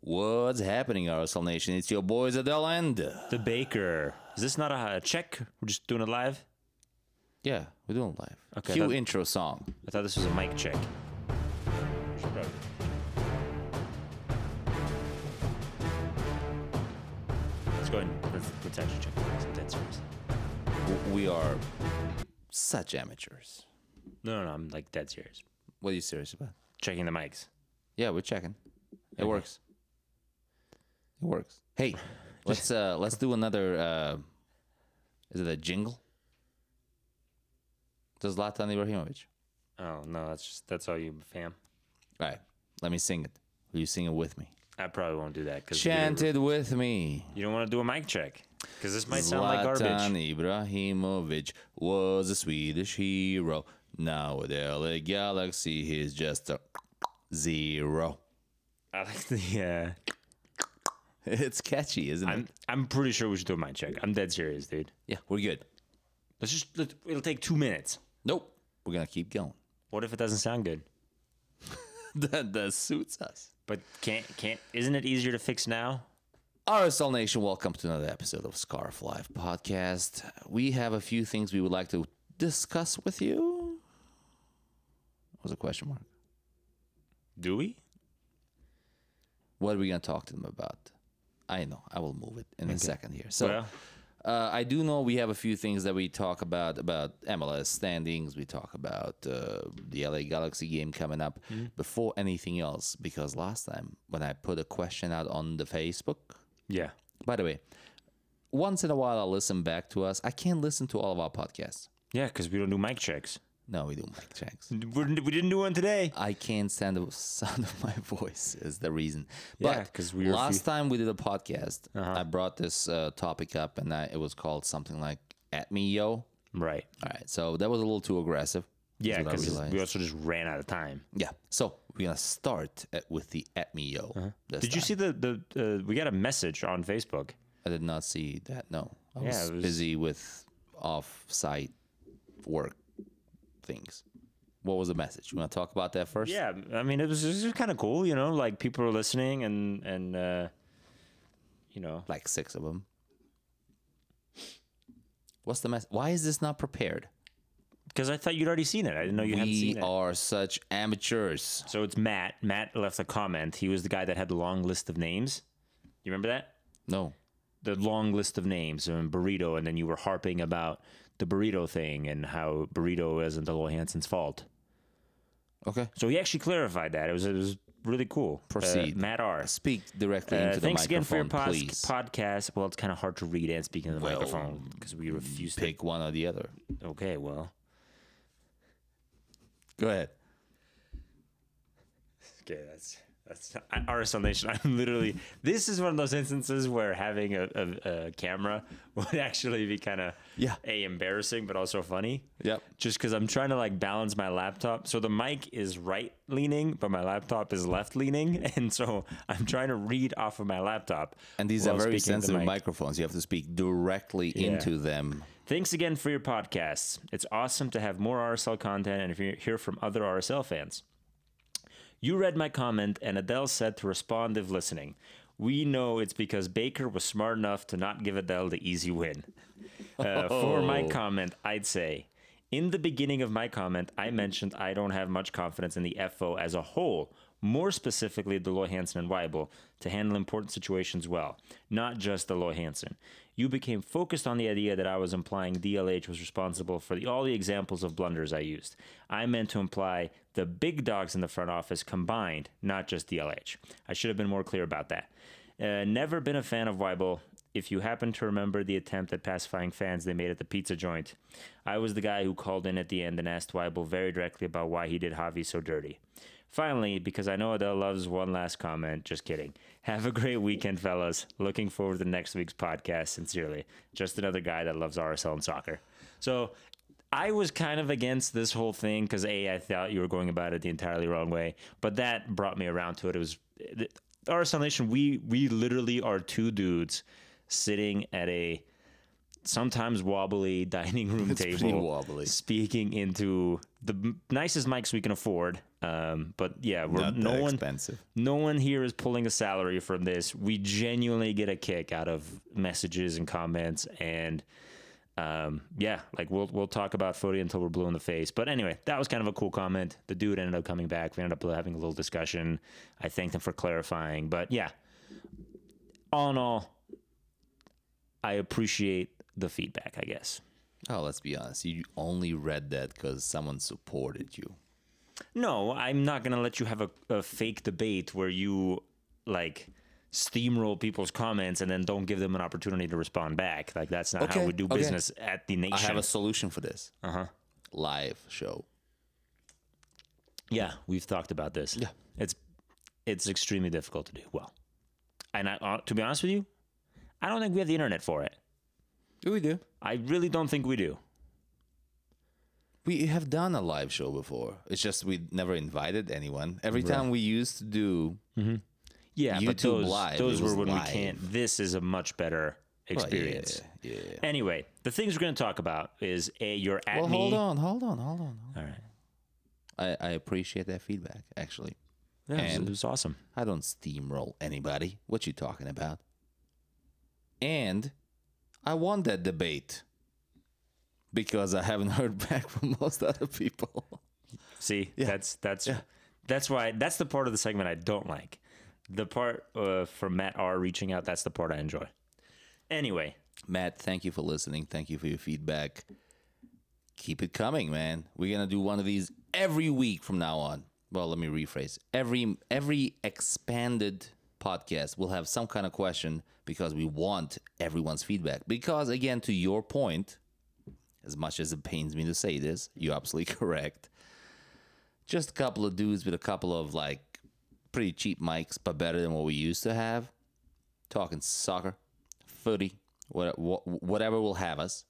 What's happening, RSL Nation? It's your boys at Land. The baker. Is this not a, a check? We're just doing it live? Yeah, we're doing live. Okay, Cue that- intro song. I thought this was a mic check. Let's go ahead and let's, let's actually check this. Dead serious. W- We are such amateurs. No, no, no. I'm like dead serious. What are you serious about? Checking the mics. Yeah, we're checking. It works. It works. Hey, let's uh let's do another uh is it a jingle? Does Zlatan Ibrahimovic. Oh no, that's just that's all you, fam. All right, let me sing it. Will you sing it with me? I probably won't do that because Chant you, it with me. you don't want to do a mic check because this might sound like Zlatan garbage. Ibrahimovic was a Swedish hero. Now with LA Galaxy, he's just a zero. I like the. Uh, It's catchy, isn't I'm it? I'm pretty sure we should do a mic check. I'm dead serious, dude. Yeah, we're good. Let's just let, it'll take two minutes. Nope, we're gonna keep going. What if it doesn't sound good? that, that suits us. But can't can't isn't it easier to fix now? RSL Nation, welcome to another episode of Scarf Life Podcast. We have a few things we would like to discuss with you. What was a question mark? Do we? What are we going to talk to them about? I know. I will move it in a second here. So, Well, uh, I do know we have a few things that we talk about about MLS standings. We talk about uh, the LA Galaxy game coming up Mm-hmm. before anything else. Because last time when I put a question out on the Facebook, yeah. By the way, once in a while I'll listen back to us. I can't listen to all of our podcasts. Yeah, because we don't do mic checks. No, we do mic checks. We're, we didn't do one today. I can't stand the sound of my voice is the reason. Yeah, But 'cause we Uh-huh. were last fe- time we did a podcast, I brought this uh, topic up and I, it was called something like "At Me Yo." All Right. right, so that was a little too aggressive. is Yeah, what I because realized. we also just ran out of time. yeah. So we're gonna start at, with the "At Me Yo." this Uh-huh. Did you time. see the the uh, we got a message on Facebook? I did not see that. No, I Yeah, was, it was- busy with off-site work things. What was the message? You want to talk about that first? Yeah, I mean it was, it was kind of cool, you know, like people are listening and and uh, you know like six of them. What's the mess? Why is this not prepared? because I thought you'd already seen it. I didn't know you hadn't we seen it. are such amateurs. So it's Matt. Matt left a comment. He was the guy that had the long list of names. You remember that? No, The long list of names and burrito, and then you were harping about the burrito thing and how burrito isn't the Hansen's fault. okay. So he actually clarified that. It was it was really cool. Uh, Proceed. Matt R. Speak directly Uh, into the thanks again for your microphone, please. pos- podcast. Well, it's kind of hard to read and speak into the Well, microphone because we refuse to. Pick one or the other. Okay, well, Go ahead. Okay, that's that's I- RSL Nation. I'm literally this is one of those instances where having a, a, a camera would actually be kind of Yeah. a embarrassing but also funny. Yep. Just because I'm trying to like balance my laptop, so the mic is right leaning, but my laptop is left leaning, and so I'm trying to read off of my laptop. And these while are very speaking to sensitive mic. microphones. You have to speak directly into them. Thanks again for your podcasts. It's awesome to have more RSL content and if you hear from other RSL fans. You read my comment, and Adele said to respond if listening. We know it's because Baker was smart enough to not give Adele the easy win. Uh, For my comment, I'd say in the beginning of my comment, I mentioned I don't have much confidence in the FO as a whole, more specifically the Hansen and Weibel, to handle important situations well, not just the Hansen. You became focused on the idea that I was implying DLH was responsible for the, all the examples of blunders I used. I meant to imply the big dogs in the front office combined, not just DLH. I should have been more clear about that. Uh, never been a fan of Weibel. If you happen to remember the attempt at pacifying fans they made at the pizza joint, I was the guy who called in at the end and asked Weibel very directly about why he did Javi so dirty. Finally, because I know Adele loves one last comment, just kidding. Have a great weekend, fellas. Looking forward to next week's podcast, sincerely. Just another guy that loves RSL and soccer. So I was kind of against this whole thing because A, I thought you were going about it the entirely wrong way, but that brought me around to it. It was the RSL Nation, we, we literally are two dudes sitting at a sometimes wobbly dining room It's table pretty wobbly. speaking into the m- nicest mics we can afford Um, but yeah, we're Not no that one expensive. no one here is pulling a salary from this. We genuinely get a kick out of messages and comments and um, yeah, like we'll we'll talk about footy until we're blue in the face. But anyway, that was kind of a cool comment. The dude ended up coming back. We ended up having a little discussion. I thanked him for clarifying. But yeah, all in all, I appreciate the feedback. I guess. Oh, let's be honest. You only read that because someone supported you. No, I'm not gonna let you have a, a fake debate where you like steamroll people's comments and then don't give them an opportunity to respond back. Like that's not how Okay, we do okay. business at the nation. I have a solution for this. Uh-huh. Live show. Yeah, we've talked about this. Yeah, it's it's extremely difficult to do well. And I, uh, to be honest with you, I don't think we have the internet for it. We do. I really don't think we do. We have done a live show before. It's just we never invited anyone. Every time we used to do, Yeah, but YouTube those Live, those it were was when live. we can't. This is a much better Well, yeah, experience. yeah, yeah. Anyway, the things we're going to talk about is a you're at Well, me. hold on, hold on, hold on. hold on. All right. I, I appreciate that feedback. Actually, Yeah, it was- And- it was awesome. I don't steamroll anybody. What you talking about? And I won that debate because I haven't heard back from most other people. See, that's that's that's why that's the part of the segment I don't like. The part uh, from Matt R reaching out, that's the part I enjoy. Anyway, Matt, thank you for listening. Thank you for your feedback. Keep it coming, man. We're gonna do one of these every week from now on. Well, let me rephrase. Every every expanded podcast will have some kind of question because we want everyone's feedback. Because again, to your point, as much as it pains me to say this, you're absolutely correct. Just a couple of dudes with a couple of like pretty cheap mics, but better than what we used to have talking soccer, footy, what, what, whatever will have us.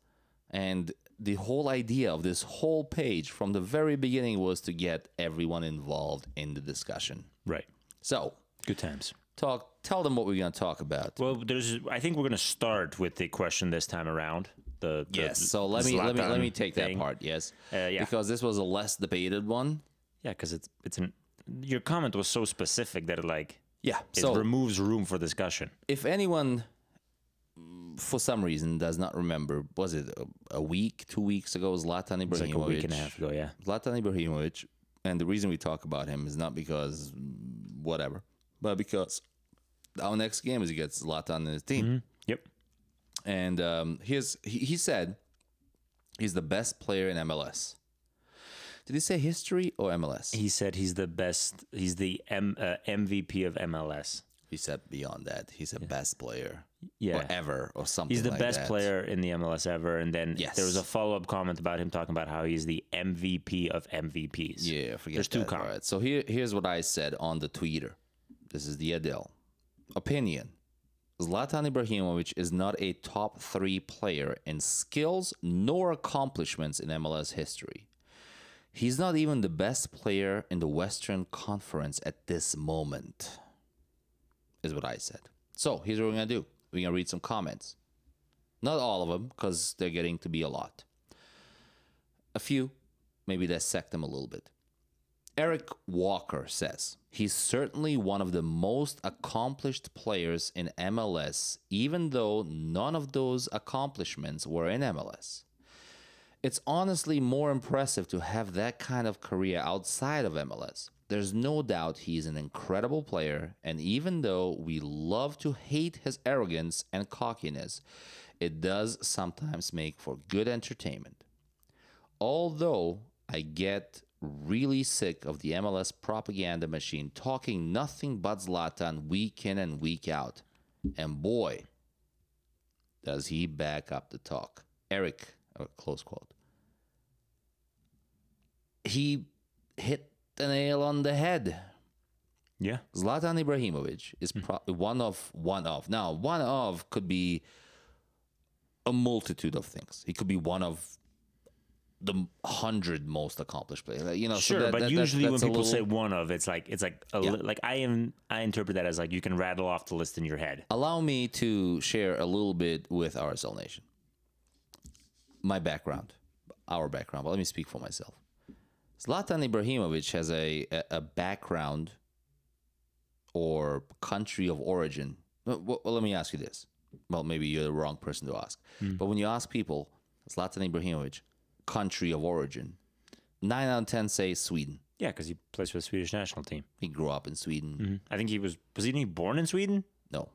And the whole idea of this whole page from the very beginning was to get everyone involved in the discussion. right. So, Good times. talk. Tell them what we're going to talk about. Well, there's I think we're going to start with the question this time around. The, the yes. So let me let me let Zlatan me take thing. that part. Yes. Uh, yeah. Because this was a less debated one. Yeah, cuz it's it's an your comment was so specific that it like Yeah. it So removes room for discussion. if anyone mm, for some reason does not remember, was it a, a week, two weeks ago? Zlatan Ibrahimovic. It's like a week and a half ago, yeah. Zlatan Ibrahimovic, and the reason we talk about him is not because mm, whatever, but because our next game is against Zlatan and his Mm-hmm. team. Yep. And um, here's he, he said he's the best player in MLS. Did he say history or MLS? He, He said he's the best. He's the M, uh, MVP of MLS. said beyond that, he's a best player Yeah, or ever or something. he's the like best that. player in the MLS ever. And then Yes. there was a follow up comment about him talking about how he's the MVP of MVPs. Yeah, forget There's that. two All com- right, So here, here's what I said on the Twitter. This is the Adele opinion. Zlatan Ibrahimovic is not a top three player in skills nor accomplishments in MLS history. He's not even the best player in the Western Conference at this moment, is what I said. So here's what we're going to do we're going to read some comments. Not all of them, because they're getting to be a lot. A few, maybe dissect them a little bit. Eric Walker says he's certainly one of the most accomplished players in MLS, even though none of those accomplishments were in MLS. It's honestly more impressive to have that kind of career outside of MLS. There's no doubt he's an incredible player, and even though we love to hate his arrogance and cockiness, it does sometimes make for good entertainment although I get really sick of the MLS propaganda machine talking nothing but Zlatan week in and week out. And boy, does he back up the talk. Eric, uh, close quote. He hit the nail on the head. yeah, Zlatan Ibrahimovic is Hmm. pro- one of one of now one of could be a multitude of things. He could be one of the hundred most accomplished players. Like, You know, Oh, so sure. that- but that- that- usually when that's a people little- say one of, it's like it's like a li- like I am. I interpret that as like you can rattle off the list in your head. allow me to share a little bit with RSL Nation. My background, our background, but let me speak for myself. Zlatan Ibrahimovic has a, a, a background or country of origin. Well, well, let me ask you this. Well, maybe you're the wrong person to ask. But when you ask people, Zlatan Ibrahimovic, country of origin, nine out of 10 say Sweden. Yeah, because he plays for the Swedish national team. He grew up in Sweden. I think he was was he born in Sweden? No.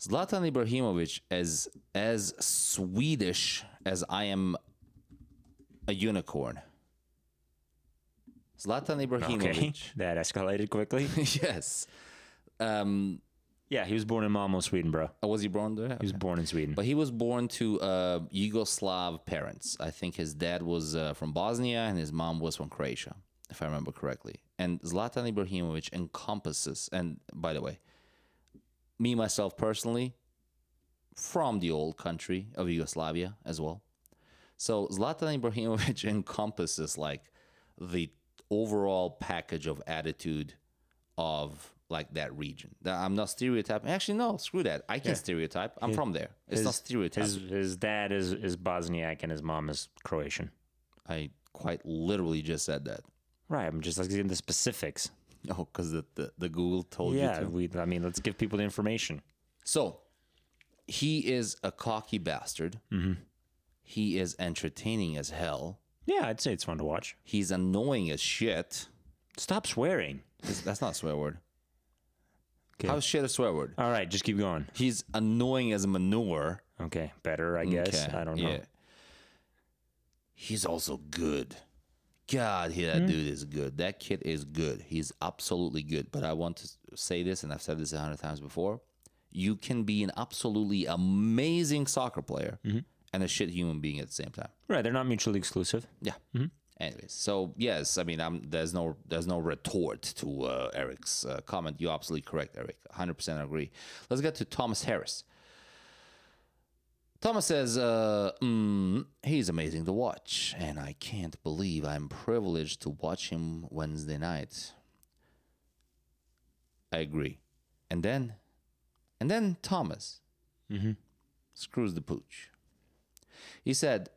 Zlatan Ibrahimovic, as as Swedish as I am a unicorn. Zlatan Okay, Ibrahimovic. that escalated quickly. yes. Um, uh, yeah, he was born in Malmo, Sweden, bro. was he born there? He was born in Sweden. But he was born to uh, Yugoslav parents. I think his dad was uh, from Bosnia and his mom was from Croatia, if I remember correctly. And Zlatan Ibrahimovic encompasses, and by the way, me myself personally, from the old country of Yugoslavia as well. So Zlatan Ibrahimovic encompasses like the overall package of attitude of like that region. That I'm not stereotyping. Actually, no, screw that. I can stereotype. I'm from there. It's not stereotype. His his dad is is Bosniak and his mom is Croatian. I quite literally just said that. Right. I'm just like getting the specifics. Oh, because the, the, the Google told Yeah. you to. We. I mean, let's give people the information. So he is a cocky bastard. He is entertaining as hell. Yeah, I'd say it's fun to watch. He's annoying as shit. Stop swearing. That's- That's not a swear word. 'Kay. How's shit a swear word? All right, just keep going. He's annoying as manure. Okay, better, I guess. Okay, I don't know. yeah. He's also good. God, he, that Hmm? dude is good. That kid is good. He's absolutely good. But I want to s- say this, and I've said this a hundred times before. You can be an absolutely amazing soccer player Mm-hmm. and a shit human being at the same time. Right, they're not mutually exclusive. Yeah. Anyways, so yes, I mean, I'm, there's no there's no retort to uh, Eric's uh, comment. You're absolutely correct, Eric. 100% agree. Let's get to Thomas Harris. Thomas says, uh, mm, he's amazing to watch, and I can't believe I'm privileged to watch him Wednesday night. I agree. And then, and then Thomas Mm-hmm. screws the pooch. He said,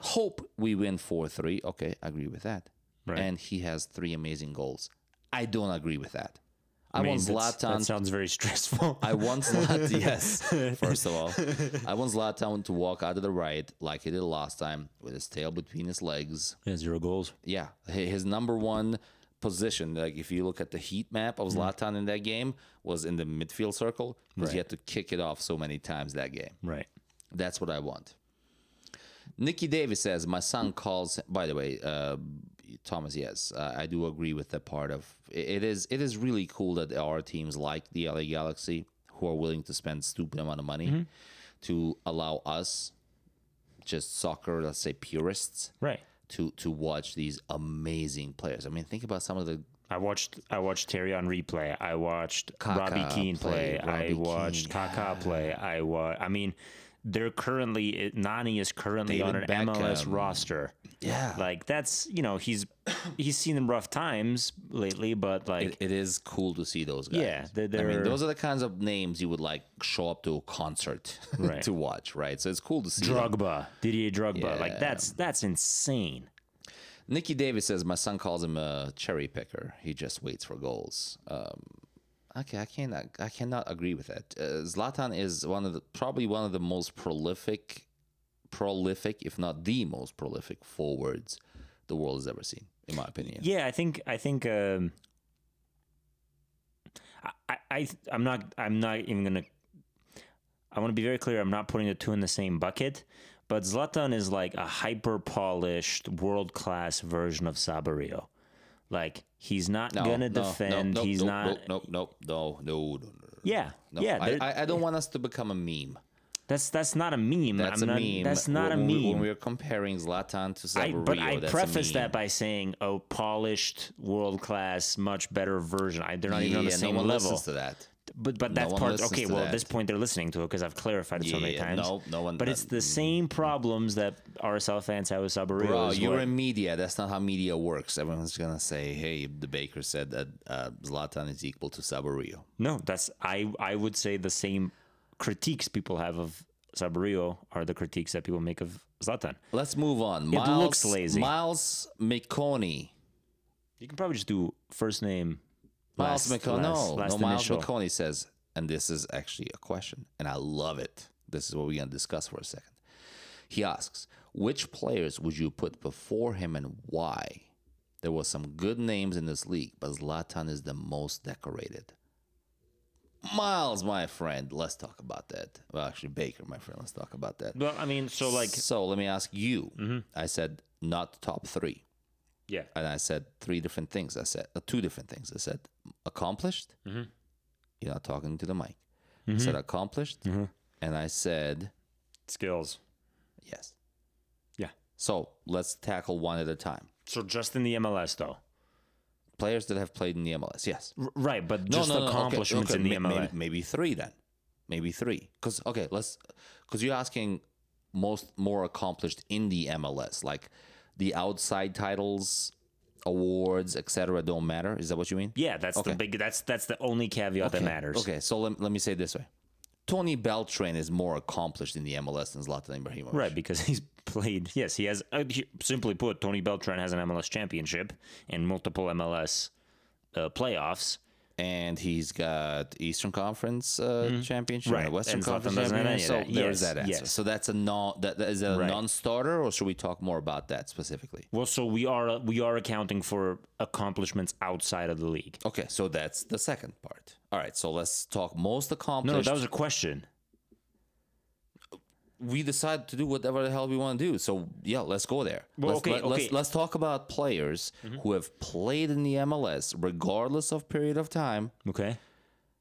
hope we win 4 3. Okay, I agree with that. Right. And he has three amazing goals. I don't agree with that. I, mean, want that's- That Zlatan. sounds very stressful. I want Zlatan, yes, first of all. I want Zlatan to walk out of the right like he did last time with his tail between his legs. yeah, zero goals. Yeah, hi- his number one position, like if you look at the heat map of Zlatan in that game, was in the midfield circle because he had to kick it off so many times that game. Right. That's what I want. Nikki Davis says, My son calls. By the way, uh, Thomas, yes, uh, I do agree with that part of it- it. Is it is really cool that there are teams like the LA Galaxy who are willing to spend stupid amount of money to allow us, just soccer, let's say purists, Right. to to watch these amazing players. I mean, think about some of the I watched I watched Terry on replay. I watched Robbie Keane play. play, Robbie I watched Keane, Kaká play. I wa- I mean, they're currently it- Nani is currently on an David MLS Beckham. roster. yeah. Like that's you know he's he's seen some rough times lately, but like it, it is cool to see those guys. Yeah, they- I mean, they're- those are the kinds of names you would like show up to a concert Right. to watch, right? So it's cool to see. them. Drogba, Didier Drogba, like Yeah. that's that's insane. Nikki Davis says my son calls him a cherry picker. He just waits for goals. Um, okay, I cannot, I cannot agree with that. Uh, Zlatan is one of the probably one of the most prolific, prolific, if not the most prolific forwards the world has ever seen, in my opinion. Yeah, I think I think um, I, I I'm not I'm not even gonna. I want to be very clear. I'm not putting the two in the same bucket, but Zlatan is like a hyper polished, world class version of Sabario. Like he's not gonna defend. No, no, he's no, not. No, no, no, no, no, no, no. Yeah, No, yeah. I, there- I, I don't want us to become a meme. that's that's not a meme. That's I'm a not, meme. That's not when, a we- meme. When we are comparing Zlatan to I, Sabario, but I that's preface a meme. that by saying a polished, world class, much better version. I, they're not even on the Yeah, same no one level. listens to that. But but that one part listens okay. to Well, at that. this point, they're listening to it because I've clarified it so many Yeah, times. no- no one- uh, mm. But it's the same problems that RSL fans have with Sabario. Bro, is you're what- in media. That's not how media works. Everyone's gonna say, "Hey, the baker said that uh, Zlatan is equal to Sabario." no, that's I I would say the same critiques people have of Sabrio are the critiques that people make of Zlatan. Let's move on. It looks lazy. Miles McConey. You can probably just do first name. Miles last- McConey. last- No, last no. Miles initial. McConey says, and this is actually a question, and I love it. This is what we're gonna discuss for a second. He asks, which players would you put before him and why? There were some good names in this league, but Zlatan is the most decorated. Miles, my friend, let's talk about that. Well, actually, Baker, my friend, let's talk about that. Well, I mean, so like, Mm-hmm. so let me ask you. I said not top three yeah, and I said three different things. I said uh, two different things. I said accomplished. Mm-hmm. You're not talking to the mic. I said accomplished, Mm-hmm. and I said skills. yes. Yeah. So let's tackle one at a time. So just in the MLS though, Players that have played in the MLS. Yes. R- right? But just accomplishments okay, okay, in the may- MLS. Maybe, maybe three then. Maybe three. Because okay, let's. Because you're asking most more accomplished in the MLS, like the outside titles, awards, etc. Don't matter. Is that what you mean? Yeah, that's Okay. the big. That's that's the only caveat that matters. Okay, so let, let me say it this way. Tony Beltran is more accomplished in the MLS than Zlatan Ibrahimovic. Right, because he's played. Yes, he has. Uh, he- simply put, Tony Beltran has an MLS championship and multiple MLS uh, playoffs. And he's got Eastern Conference uh, championship, Mm-hmm. Right, and Western and Zlatan Conference doesn't have championship. any of So that. there's Yes, that answer. yes. So that's a non that, that is a Right. non-starter, or should we talk more about that specifically? Well, so we are we are accounting for accomplishments outside of the league. Okay, so that's the second part. All right, so let's talk most No, no, accomplished. that was a question. we decide to do whatever the hell we want to do. So yeah, let's go there. Well, let's, okay, let, us okay. Mm-hmm. let's talk about players who have played in the MLS regardless of period of time. Okay.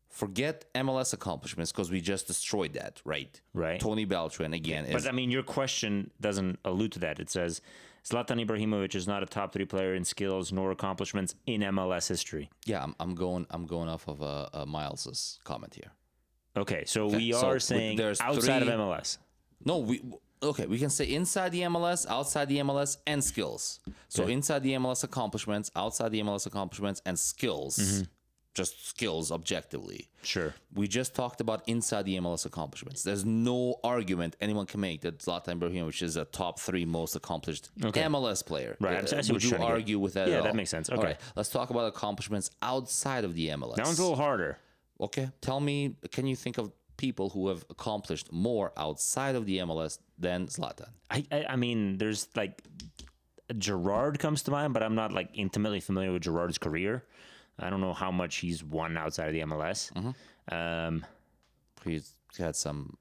Forget MLS accomplishments because we just destroyed that, right? Right. Tony Beltran again is But I mean, your question doesn't allude to that. It says Zlatan Ibrahimovic is not a top three player in skills nor accomplishments in MLS history. yeah. I'm, I'm going I'm going off of uh, uh, Miles's comment here. Okay, so we so are we- saying there's outside three- of MLS. No, we okay. We can say inside the MLS, outside the MLS, and skills. So inside the MLS accomplishments, outside the MLS accomplishments, and skills. Mm-hmm. Just skills objectively. Sure. We just talked about inside the MLS accomplishments. There's no argument anyone can make that Zlatan Ibrahimovic is a top three most accomplished MLS player. Right, I'm- I see what would you're you trying to get. argue with that? at Yeah, that all? makes sense. All Okay. right, let's talk about accomplishments outside of the MLS. That one's a little harder. okay, tell me, can you think of people who have accomplished more outside of the MLS than Zlatan? I, I I mean, there's like Gerard comes to mind, but I'm not like intimately familiar with Gerard's career. I don't know how much he's won outside of the MLS. Mm-hmm. Um, He's had some.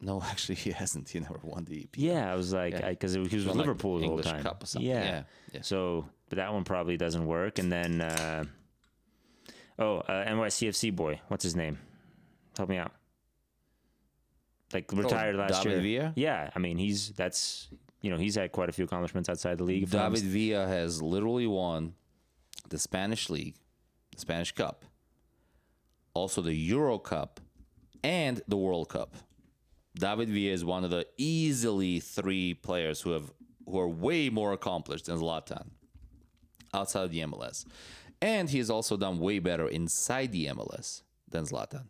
No, actually, he hasn't. He never won the EP. yeah, I was like, because he was with like, Liverpool the English whole time. Cup or something. Yeah. Yeah, yeah. So but that one probably doesn't work. And then, uh, oh, uh, NYCFC boy, what's his name? Help me out. Like retired last Oh, David year. Villa? Yeah, I mean he's that's you know he's had quite a few accomplishments outside the league. if I'm David Villa has literally won the Spanish League, the Spanish Cup, also the Euro Cup, and the World Cup. David Villa is one of the easily three players who have who are way more accomplished than Zlatan outside of the MLS, and he has also done way better inside the MLS than Zlatan.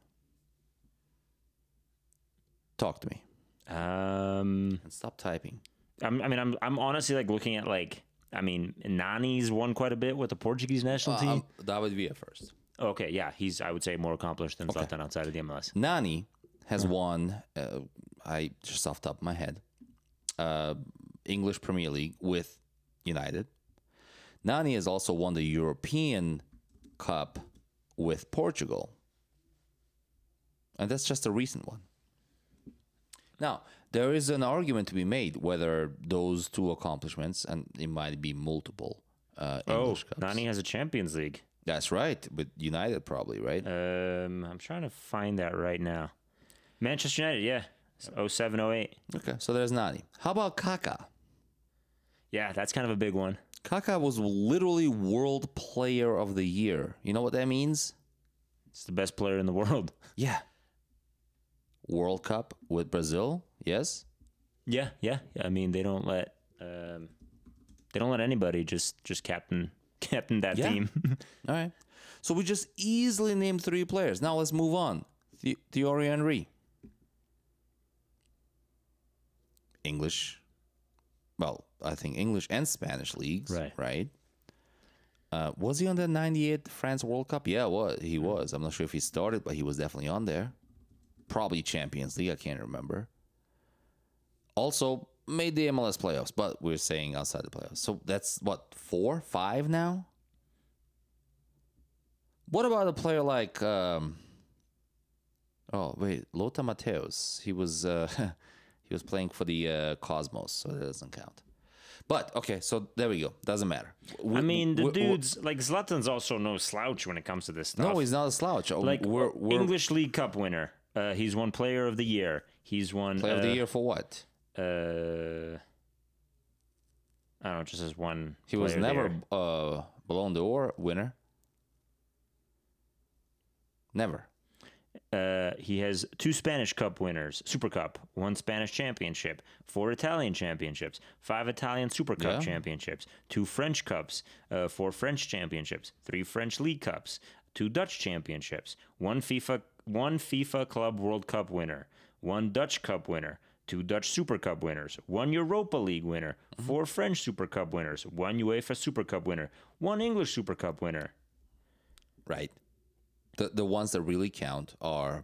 Talk to me Um, and stop typing. I'm, I mean, I'm, I'm honestly like looking at like, I mean, Nani's won quite a bit with the Portuguese national team. Um, David Villa first. okay, yeah, he's I would say more accomplished than Zlatan outside of the MLS. Nani has won. Uh, I just off the top of my head, uh, English Premier League with United. Nani has also won the European Cup with Portugal, and that's just a recent one. Now there is an argument to be made whether those two accomplishments, and it might be multiple uh, English Cups. Oh, Nani has a Champions League. That's right, with United probably right. Um, I'm trying to find that right now. Manchester United, yeah, Oh It's 07, 08. okay, so there's Nani. How about Kaka? Yeah, that's kind of a big one. Kaka was literally world player of the year. You know what that means? It's the best player in the world. Yeah. World Cup with Brazil, yes. Yeah, yeah. I mean, they don't let um, they don't let anybody just just captain captain that Yeah. team. All right. So we just easily named three players. Now let's move on. The- Thierry Henry. English, well, I think English and Spanish leagues, Right. Right. Uh, was he on the '98 France World Cup? Yeah, what he was. I'm not sure if he started, but he was definitely on there. Probably Champions League. I can't remember. Also made the MLS playoffs, but we're saying outside the playoffs. So that's what four, five now. What about a player like? Um, Oh wait, Lota Mateos. He was uh, he was playing for the uh, Cosmos, so that doesn't count. But okay, so there we go. Doesn't matter. We- I mean, the we- we- dudes like Zlatan's also no slouch when it comes to this stuff. no, he's not a slouch. Oh, like we're, we're English League Cup winner. Uh, he's won Player of the Year. He's won player of the year for what? uh, I don't know, just as one. He was player of the never year. uh, Ballon d'Or winner. Never. Uh, he has two Spanish Cup winners, Super Cup, one Spanish Championship, four Italian Championships, five Italian Super Cup Yeah. Championships, two French Cups, uh, four French Championships, three French League Cups, two Dutch Championships, one FIFA, one FIFA Club World Cup winner, one Dutch Cup winner, two Dutch Super Cup winners, one Europa League winner, four French Super Cup winners, one UEFA Super Cup winner, one English Super Cup winner. Right. The the ones that really count are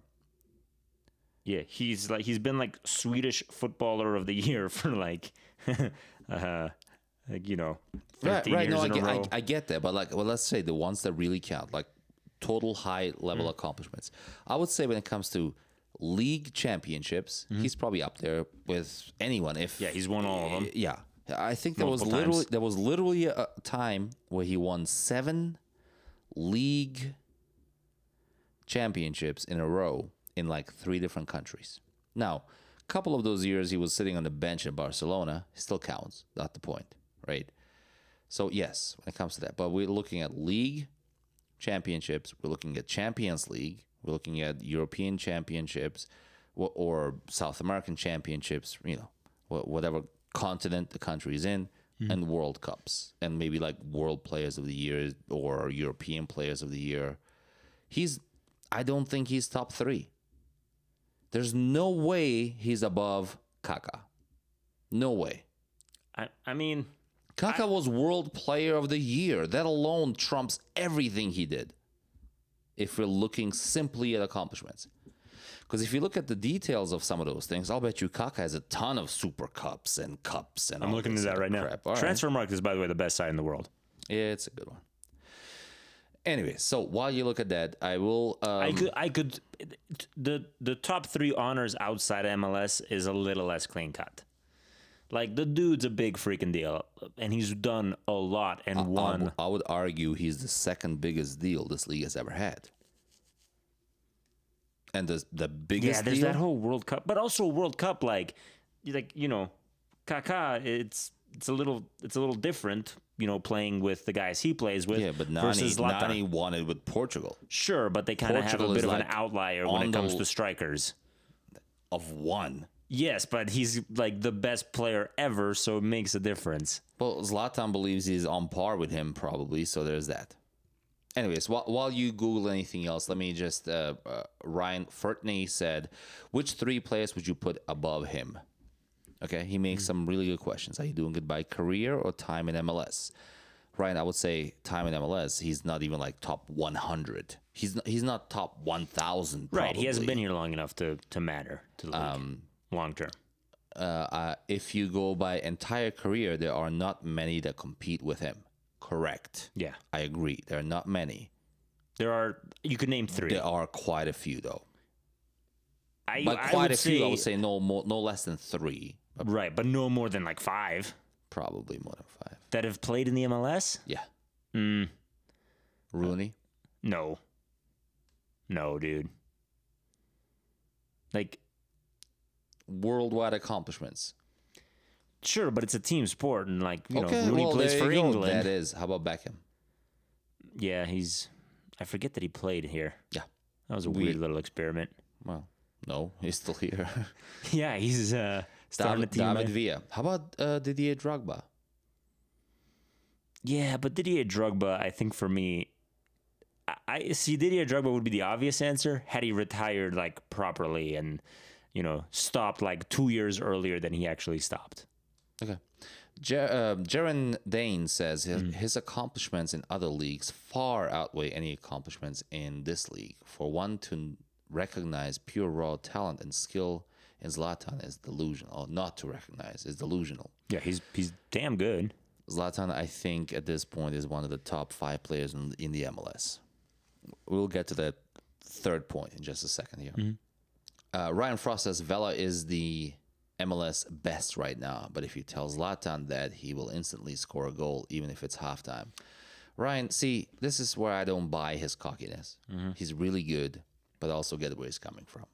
Yeah, he's like he's been like Swedish footballer of the year for like, uh, like you know, right. thirteen Right. years No, I in get, a I, row. I get that, but like, well, let's say the ones that really count, like total high Mm. level accomplishments. I would say when it comes to league championships, he's probably up there with anyone. If Mm-hmm. yeah, he's won all of them. yeah, I think there was Multiple literally times. there was literally a time where he won seven league championships in a row in like three different countries. Now, a couple of those years he was sitting on the bench in Barcelona. Still counts. Not the point, right? So yes, when it comes to that, but we're looking at league championships. We're looking at Champions League. We're looking at European championships wha- or South American championships. You know, wha- whatever continent the country is in, and World Cups, and maybe like World Players of the Year or European Players of the Year. He's, I don't think he's top three. There's no way he's above Kaka. No way. I, I mean, Kaka was World Player of the Year. That alone trumps everything he did. If we're looking simply at accomplishments, because if you look at the details of some of those things, I'll bet you Kaka has a ton of Super Cups and cups and. I'm all looking this into that other right now. crap. All right. Transfer market is, by the way, the best site in the world. Yeah, it's a good one. Anyway, so while you look at that, I will. Um, I could, I could, the the top three honors outside MLS is a little less clean cut. Like the dude's a big freaking deal, and he's done a lot and I w- won. I would argue he's the second biggest deal this league has ever had. And the the biggest Yeah, there's deal, that whole World Cup, but also World Cup, like, you- like you know, Kaká. It's it's a little it's a little different, you know, playing with the guys he plays with. yeah, but Nani, versus Zlatan. Nani won it with Portugal. sure, but they kind of have a Portugal is bit of an like outlier when on it the comes l- to strikers. of one. Yes, but he's like the best player ever, so it makes a difference. Well, Zlatan believes he's on par with him, probably. So there's that. Anyways, while, while you Google anything else, let me just. Uh, uh, Ryan Fertney said, which three players would you put above him? Okay, he makes some really good questions. Are you doing it by career or time in MLS? Ryan, I would say time in MLS. He's not even like top 100. He's not, he's not top 1,000. Right, he probably. hasn't Um, been here long enough to to matter to the league long term. uh, uh, if you go by entire career, there are not many that compete with him. Correct. Yeah, I agree. There are not many. there are you could name three. There are quite a few though. I, But I quite would a few, I would say say no more, no less than three, but right, but no more than like five probably more than five. that have played in the MLS. Yeah, Mm, Rooney. No. No, dude. Like, Worldwide accomplishments. sure, but it's a team sport, and like you okay, know, Rooney well, plays there for you go. That England. is. How about Beckham? Yeah, he's. I forget that he played here. Yeah. That was a We- weird little experiment. Well, no, he's still here. yeah, he's uh, starting David, a team. David Villa. How about uh, Didier Drogba? Yeah, but Didier Drogba, I think for me, I, I see Didier Drogba would be the obvious answer had he retired like properly and you know, stopped like two years earlier than he actually stopped. Okay. Jer- uh, Jaron Dane says his, his accomplishments in other leagues far outweigh any accomplishments in this league. For one to n- recognize pure raw talent and skill in Zlatan is delusional, or not to recognize is delusional. Yeah, he's he's damn good. Zlatan, I think at this point is one of the top five players in, in the MLS. We'll get to that third point in just a second here. Uh, Ryan Frost says Vela is the MLS best right now, but if you tell Zlatan that, he will instantly score a goal, even if it's halftime. Ryan, see, this is where I don't buy his cockiness. He's really good, but I also get where he's coming from.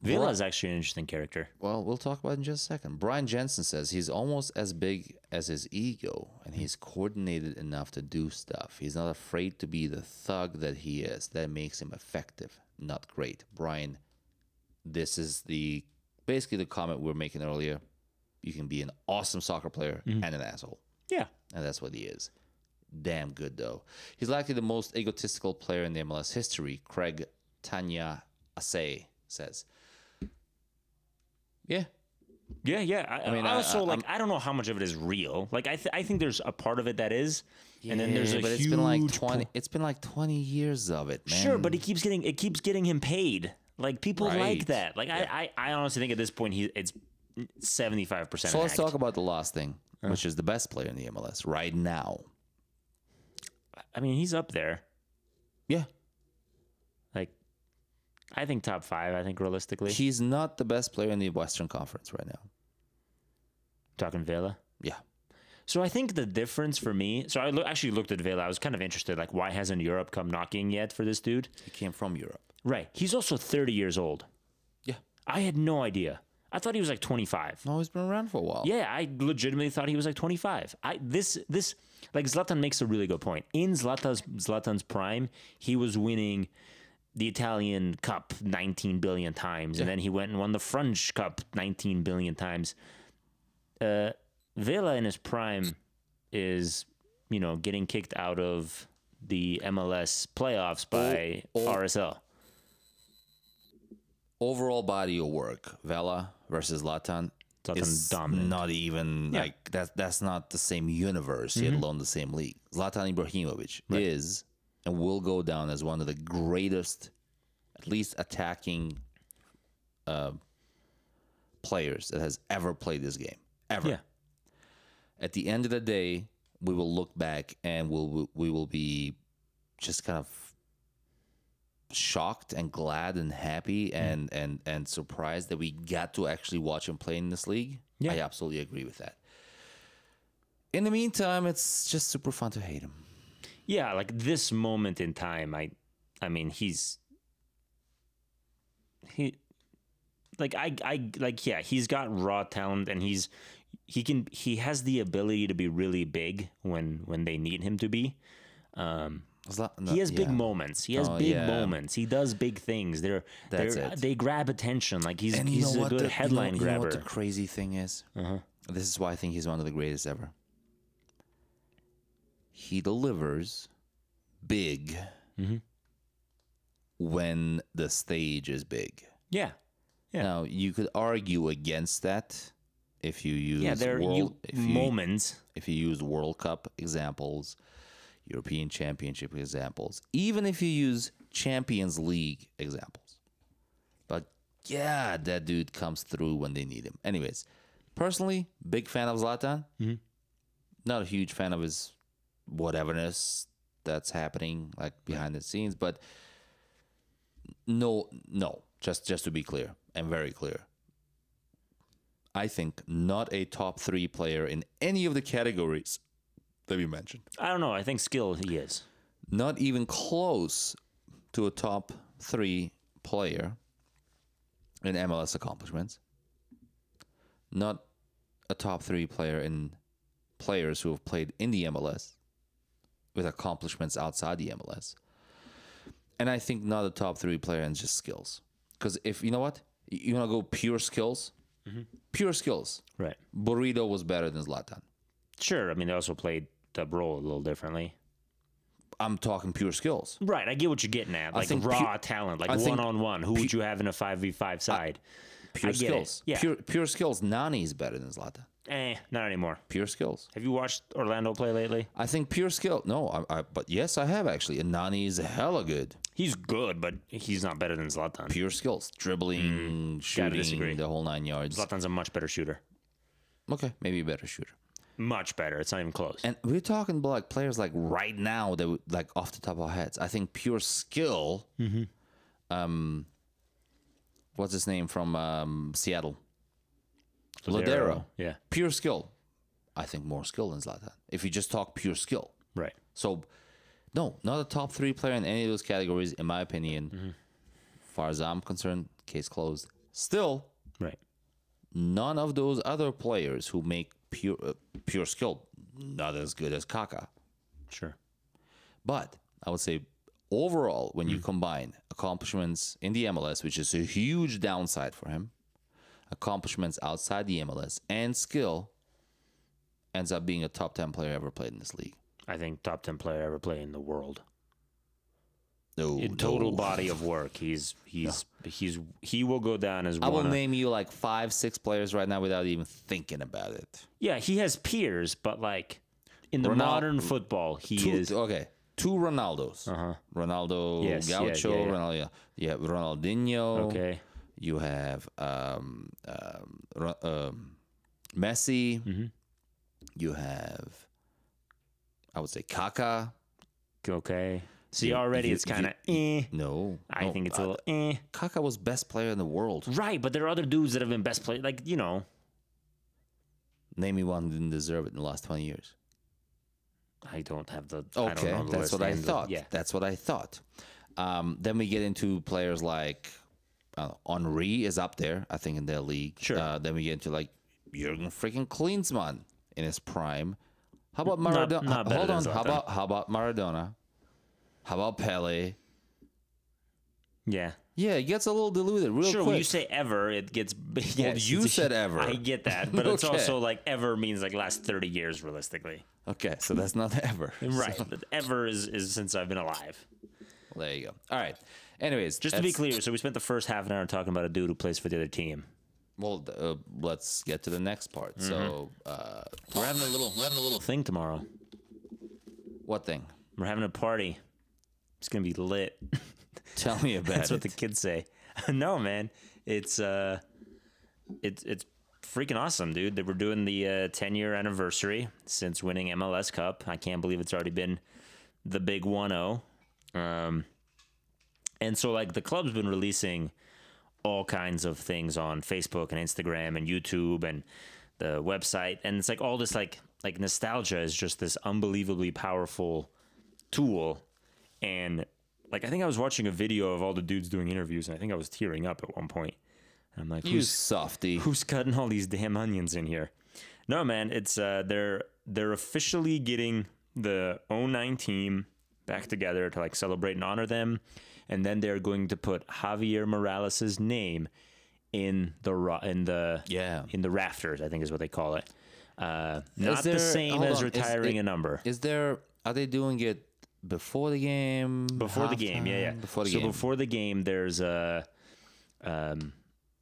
Villa is actually an interesting character. Well, we'll talk about it in just a second. Brian Jensen says he's almost as big as his ego, and he's coordinated enough to do stuff. He's not afraid to be the thug that he is. That makes him effective, not great. Brian, this is the basically the comment we were making earlier. You can be an awesome soccer player and an asshole Yeah. and that's what he is. Damn good though. He's likely the most egotistical player in the MLS history. Craig Tanya Asay says. Yeah, Yeah, yeah. I, I mean, mean, I- I also I- like I don't know how much of it is real. Like I, th- I think there's a part of it that is, and then there's Yeah, a but huge. it's been like po- twenty. it's been like twenty years of it, man. Sure, but he keeps getting it keeps getting him paid. Like people Right. like that. Like I, I, I honestly think at this point he it's seventy five percent. So let's talk about the last thing, Uh. which is the best player in the MLS right now. I mean, he's up there. Yeah, Like, I think top five. I think realistically, he's not the best player in the Western Conference right now. talking Vela. Yeah, So I think the difference for me. So I lo- actually looked at Vela. I was kind of interested. Like, why hasn't Europe come knocking yet for this dude? he came from Europe. Right. He's also thirty years old. Yeah, I had no idea. I thought he was like 25. no, he's been around for a while. Yeah, I legitimately thought he was like 25. I this this like Zlatan makes a really good point. In Zlatan's Zlatan's prime, he was winning the Italian Cup 19 billion times, and then he went and won the French Cup 19 billion times. Uh, Vela in his prime is, you know, getting kicked out of the MLS playoffs by RSL. overall body of work, Vela versus Latan. Zlatan is dominant. not even like that. That's not the same universe, yet Mm-hmm. alone the same league. Zlatan Ibrahimovic is and will go down as one of the greatest, at least attacking, uh, players that has ever played this game ever. Yeah. At the end of the day, we will look back and we'll we will be just kind of shocked and glad and happy Mm. and and and surprised that we got to actually watch him play in this league. Yeah. I absolutely agree with that. In the meantime, it's just super fun to hate him. Yeah, like this moment in time, I, I mean, he's he, like I, I like yeah, he's got raw talent, and he's he can he has the ability to be really big when when they need him to be. Um, It's not- he no, has big Uh, yeah. moments. He has Oh, big yeah. moments. He does big things. They're, That's they're it. they grab attention. Like he's And you he's know a what? good the, you know- headline you know, grabber. Uh-huh. what the crazy thing is? This is why I think he's one of the greatest ever. He delivers big Mm-hmm. when the stage is big. yeah, Yeah. Now you could argue against that if you use yeah. There are world, you, if, you, moments. if you use World Cup examples, European Championship examples, even if you use Champions League examples. But yeah, that dude comes through when they need him. Anyways, personally, big fan of Zlatan. Not a huge fan of his whateverness that's happening like behind the scenes, but no, no. Just just to be clear and very clear, I think not a top three player in any of the categories that we mentioned. I don't know. I think skill he is. Not even close to a top three player in MLS accomplishments. Not a top three player in players who have played in the MLS with accomplishments outside the MLS. And I think not a top three player in just skills. Because if you know what, you want to go pure skills, pure skills. Right. Burrito was better than Zlatan. Sure. I mean, they also played the role a little differently. I'm talking pure skills. Right, I get what you're getting at. Like think raw pu- talent, like I think one on one. Who would you have in a five v five side? Pure I get it. skills. Yeah. Pure pure skills. Nani is better than Zlatan. eh, not anymore. Pure skills. Have you watched Orlando play lately? I think pure skill. No, I, I but yes, I have actually. And Nani is hella good. He's good, but he's not better than Zlatan. Pure skills, dribbling, Mm, gotta shooting, disagree. the whole nine yards. Zlatan's a much better shooter. Okay, maybe a better shooter. Much better. It's not even close. And we're talking about like players like right now that would- like off the top of our heads. I think pure skill. Um, Mm-hmm. what's his name from um, Seattle? Ladero. Yeah. Pure skill. I think more skill than Zlatan. If you just talk pure skill. Right. So, no, not a top three player in any of those categories, in my opinion. Far as I'm concerned, case closed. Still, Right. none of those other players who make pure uh, pure skill not as good as Kaka. Sure. But I would say overall, when you Mm. combine accomplishments in the MLS, which is a huge downside for him, accomplishments outside the MLS and skill, ends up being a top ten player ever played in this league. I think top ten player ever play in the world. No, In total body of work, he's he's he's he will go down as I will one. of- name you like five, six players right now without even thinking about it. yeah, he has peers, but like in the Ronaldo- modern football, he Two, is Uh-huh. okay, two Ronaldos. Ronaldo Yes, yeah, Gaucho, yeah, yeah. Ronaldo. You have Ronaldinho. okay. You have um, um, Ro- um, Messi. Mm-hmm. You have, I would say, Kaka. Okay. See, You- already you- it's kind of eh. No, I no, think it's a uh, little eh. Kaka was best player in the world. Right, but there are other dudes that have been best played. Like you know, Mm-hmm. Name me one who didn't deserve it in the last twenty years. I don't have the. I don't Okay, know the that's list what I and the- thought. yeah. That's what I thought. Um, then we get into players like I don't know, Henri is up there, I think, in their league. Sure. Uh, then we get into like Jurgen freaking Klinsmann in his prime. How about Not- Maradona? not better Hold than on. How Zlatan. about how about Maradona? How about Pele? Yeah. Yeah, it gets a little diluted real Sure. quick. When you say ever, it gets. Yeah. you said ever. I get that, but it's Okay. also like ever means like last thirty years, realistically. okay, so that's not ever. Right. But ever is, is since I've been alive. There you go. All right. Anyways, Just to be that's- clear, so we spent the first half an hour talking about a dude who plays for the other team. well, uh, let's get to the next part. So, uh, We're having a little, we're having a little thing tomorrow. what thing? We're having a party. It's gonna be lit. Tell me about That's it. what the kids say. no, man, it's uh, it's it's freaking awesome, dude. That we're doing the ten year anniversary since winning MLS Cup. I can't believe it's already been the big one zero. Um, and so like the club's been releasing all kinds of things on Facebook and Instagram and YouTube and the website, and it's like all this like like nostalgia is just this unbelievably powerful tool and like I think I was watching a video of all the dudes doing interviews, and I think I was tearing up at one point. And I'm like, You who's softy. who's cutting all these damn onions in here? No, man, it's uh, they're they're officially getting the 09 team back together to like celebrate and honor them, and then they're going to put Javier Morales' name in the ra- in the Yeah. in the rafters. I think is what they call it. Uh, not there- the same hold as on, is retiring it- a number. Is there? Are they doing it before the game? before the game. Yeah, yeah. halftime? Before the so game. before the game, there's a, um,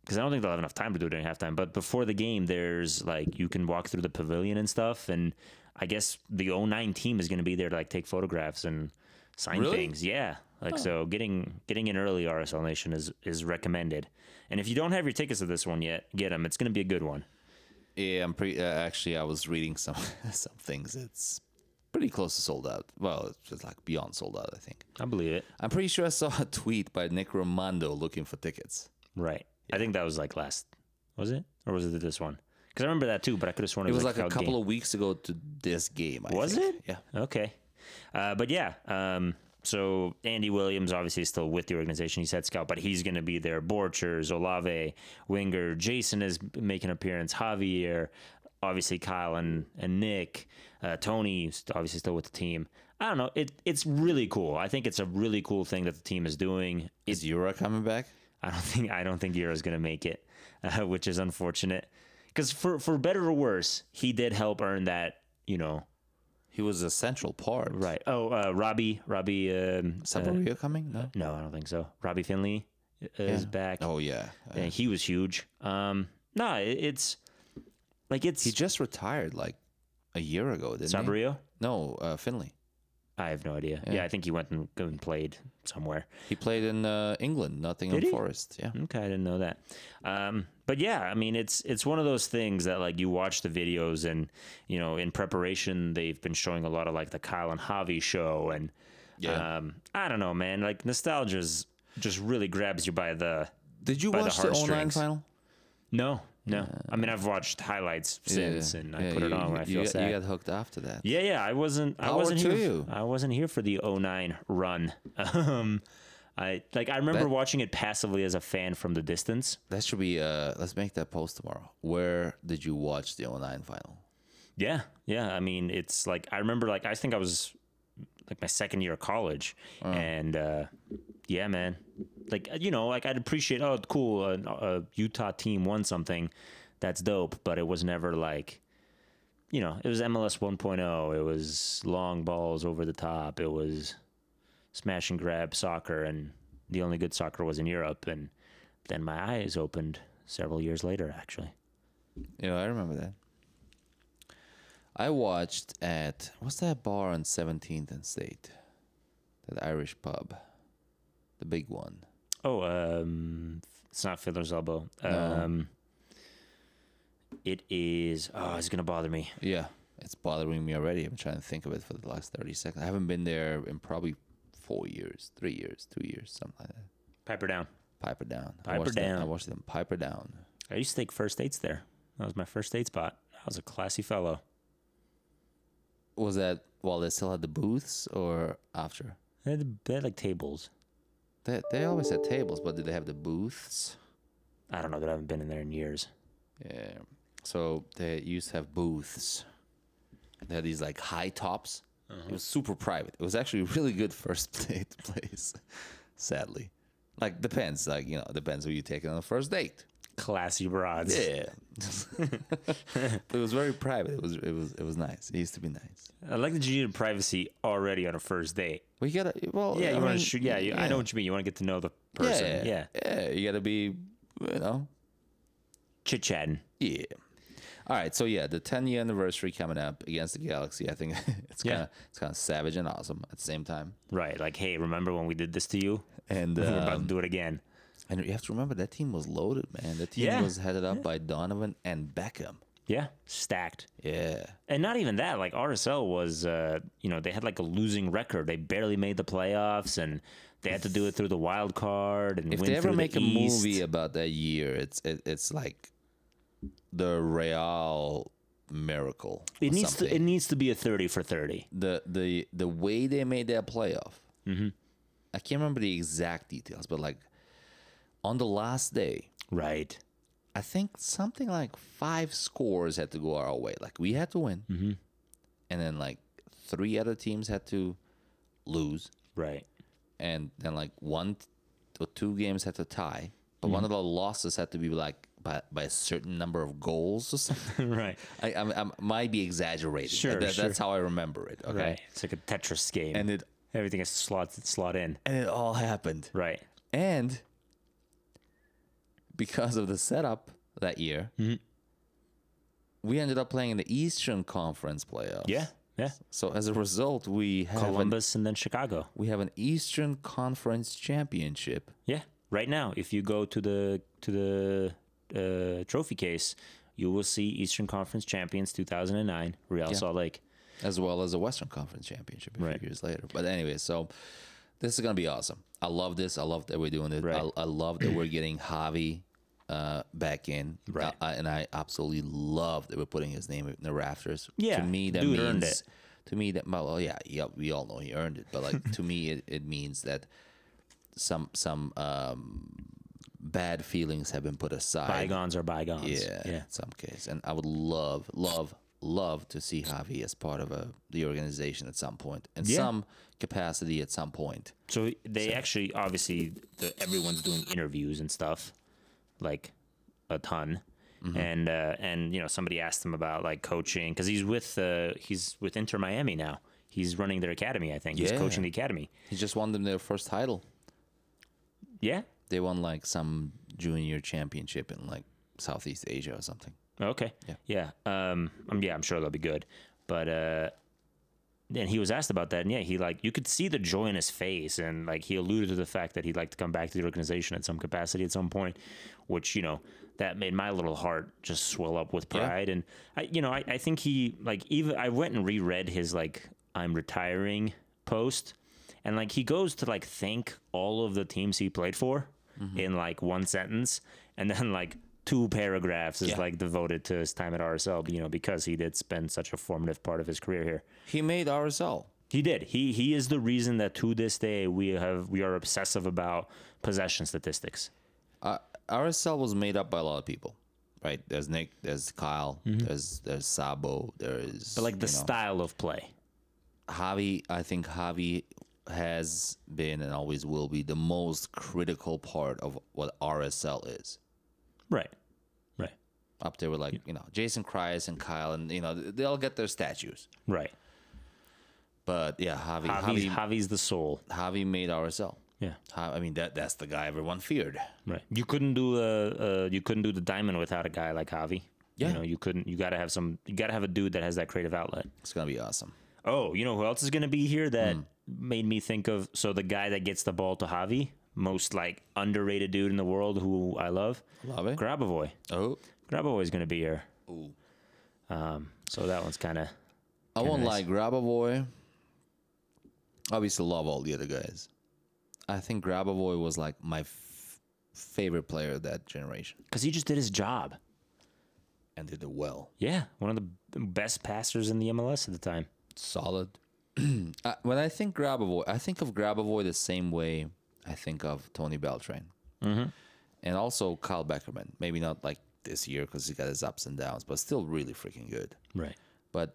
because I don't think they'll have enough time to do it during halftime. But before the game, there's like you can walk through the pavilion and stuff, and I guess the 09 team is going to be there to like take photographs and sign Really? things. Yeah. Like so, getting getting in early RSL Nation is is recommended, and if you don't have your tickets to this one yet, get them. It's going to be a good one. yeah, I'm pretty. Uh, actually, I was reading some some things. It's pretty close to sold out. Well, it's just like beyond sold out. I think. I believe it. I'm pretty sure I saw a tweet by Nick Romando looking for tickets. Right. I think that was like last, was it, or was it this one? Because I remember that too, but I could have sworn it, It was like a about game. couple of weeks ago to this game. I Was think. it? Yeah. Okay. Uh, but yeah, um, so Andy Williams obviously is still with the organization. He's head scout, but he's going to be there. Borchers, Olave, Winger, Jason is making appearance. Javier, obviously Kyle and, and Nick, uh, Tony is obviously still with the team. I don't know. It it's really cool. I think it's a really cool thing that the team is doing. Is Yura coming back? I don't think I don't think Euro's going to make it, uh, which is unfortunate. Because for for better or worse, he did help earn that you know He was a central part. Right. Oh, uh, Robbie. Robbie. Um, uh, Sabaria coming? No. no, I don't think so. Robbie Finley is back. Oh yeah. Uh, and he was huge. Um, no, it, it's like it's he just retired like a year ago, didn't he? Sabrio. No, uh, Finley. I have no idea. Yeah, I think he went and, and played somewhere. He played in uh, England, Nottingham he? Hmm. Forest. Yeah. Okay, I didn't know that. Um, but yeah, I mean, it's it's one of those things that like you watch the videos and you know in preparation they've been showing a lot of like the Kyle and Javi show and Yeah. um, I don't know, man. Like nostalgia's just really grabs you by the Did you by the watch the, online heartstrings. final? no, no. I mean, I've watched highlights since and I Yeah, put it you- on when I you feel got- sad. You got hooked after that. Yeah, yeah, I wasn't. I Power wasn't to here. you. I wasn't here for the 09 run. Um, I like. I remember That- watching it passively as a fan from the distance. That should be. Uh, let's make that post tomorrow. Where did you watch the 09 final? Yeah, yeah. I mean, it's like I remember. Like I think I was like my second year of college, and uh, yeah, man. Like uh, you know, like I'd appreciate. Oh, cool. A, a Utah team won something. That's dope. But it was never like. You know, it was MLS 1.0. oh. It was long balls over the top. It was smash and grab soccer, and the only good soccer was in Europe. And then my eyes opened several years later, actually. You know, I remember that. I watched at what's that bar on 17th and State? That Irish pub, the big one. Oh, um, it's not Fiddler's Elbow. Um, it is. Oh, it's gonna bother me. Yeah, it's bothering me already. I'm trying to think of it for the last 30 seconds. I haven't been there in probably four years, three years, two years, something like that. Piper Down. Piper down. I Piper watched them- I Down. watched them. Piper down. I used to take first dates there. That was my first date spot. I was a classy fellow. Was that while they still had the booths or after? They had, they had like tables. They, they always had tables, but did they have the booths? I don't know that I haven't been in there in years. Yeah. So they used to have booths. They had these like high tops. Uh-huh. It was super private. It was actually a really good first date place, sadly. Like depends, like you know, depends who you take on the first date. Classy broads. Yeah, it was very private. It was it was it was nice. It used to be nice. I like that you needed privacy already on a first date. We gotta well, Yeah, I you want mean, to shoot. Yeah, you, I know what you mean. You want to get to know the person. Yeah, yeah, yeah. You gotta be, you know, chit chatting. Yeah. All right. So yeah, the 10 year anniversary coming up against the Galaxy. I think it's Yeah. kind of it's kind of savage and awesome at the same time. Right. Like, hey, remember when we did this to you? And We're uh, about to do it again. and you have to remember that team was loaded, man. The team Yeah. was headed up by Donovan and Beckham. Yeah. Stacked. Yeah. And not even that, like RSL was, uh, you know, they had like a losing record. They barely made the playoffs, and they had to do it through the wild card and If win they ever through make the a East. movie about that year, it's it, it's like the Real miracle. or It needs to something. it needs to be a thirty for thirty. the the the way they made that playoff. Mm-hmm. I can't remember the exact details, but like on the last day, Right. I think something like five scores had to go our way. Like we had to win, mm-hmm. and then like three other teams had to lose, Right. and then like one t- or two games had to tie. But Mm-hmm. one of the losses had to be like by, by a certain number of goals or something. right. I, I'm, I'm might be exaggerating. Sure, That- sure. That's how I remember it. Okay, Right. It's like a Tetris game, and it everything is slot slot in. and it all happened. Right. And because of the setup that year, Mm-hmm. we ended up playing in the Eastern Conference playoffs. Yeah. Yeah. So as a result, we have an, Columbus and then Chicago. we have an Eastern Conference championship. Yeah. Right now, if you go to the to the uh, trophy case, you will see Eastern Conference champions 2009 Real Salt Lake. as well as a Western Conference championship a Right. few years later. But anyway, so this is gonna be awesome. I love this. I love that we're doing it. Right. I, I love that we're getting Javi uh, back in. Right. I- I- and I absolutely love that we're putting his name in the rafters. Yeah, To me, that dude means. earned it. To me, that well, yeah, yeah, we all know he earned it. But like to me, it, it means that some some um, bad feelings have been put aside. Bygones are bygones. Yeah, Yeah. in some case. And I would love, love, love to see Javi as part of a, the organization at some point, in some capacity at some point. So they actually, obviously, the, everyone's doing interviews and stuff, like a ton. and uh, and you know somebody asked him about like coaching because he's with uh, he's with Inter Miami now. He's running their academy, I think. He's Yeah. coaching the academy. He just won them their first title. Yeah. They won like some junior championship in like Southeast Asia or something. Okay. Yeah. Yeah. Um, um, yeah. I'm sure they'll be good. But uh, and he was asked about that, and yeah, he like you could see the joy in his face, and like he alluded to the fact that he'd like to come back to the organization at some capacity at some point, which you know that made my little heart just swell up with Yeah. pride. And I, you know, I, I think he like even I went and reread his like I'm retiring post, and like he goes to like thank all of the teams he played for Mm-hmm. in like one sentence, and then like two paragraphs is Yeah. like devoted to his time at RSL, you know, because he did spend such a formative part of his career here. He made RSL. He did. He he is the reason that to this day we have we are obsessive about possession statistics. Uh, RSL was made up by a lot of people, right? There's Nick, there's Kyle, there's there's Sabo, there's Mm-hmm. But like the you know, style of play. Javi, I think Javi has been and always will be the most critical part of what RSL is. Right. Right. Up there with like, you know, Jason Kreis and Kyle and you know, they all get their statues. Right. But yeah, Javi Javi's, Javi, Javi, Javi's the soul. made RSL. Yeah. Ja- I mean that that's the guy everyone feared. Right. You couldn't do a, uh you couldn't do the diamond without a guy like Javi. Yeah. You know, you couldn't you gotta have some you gotta have a dude that has that creative outlet. Hmm. It's gonna be awesome. Oh, you know who else is going to be here that made me think of? So the guy that gets the ball to Javi, most like underrated dude in the world who I love, Love it. Grabavoy. Oh, Grabavoy is going to be here. Ooh. Um, so that one's kind of I won't lie, Grabavoy. Obviously, love all the other guys. I think Grabavoy was like my f- favorite player of that generation because he just did his job. and did it well. Yeah, one of the best passers in the MLS at the time. solid. I, when I think Grabavoy, I think of Grabavoy the same way I think of Tony Beltran, and also Kyle Beckerman. Maybe not like this year because he got his ups and downs, but still really freaking good. Right. But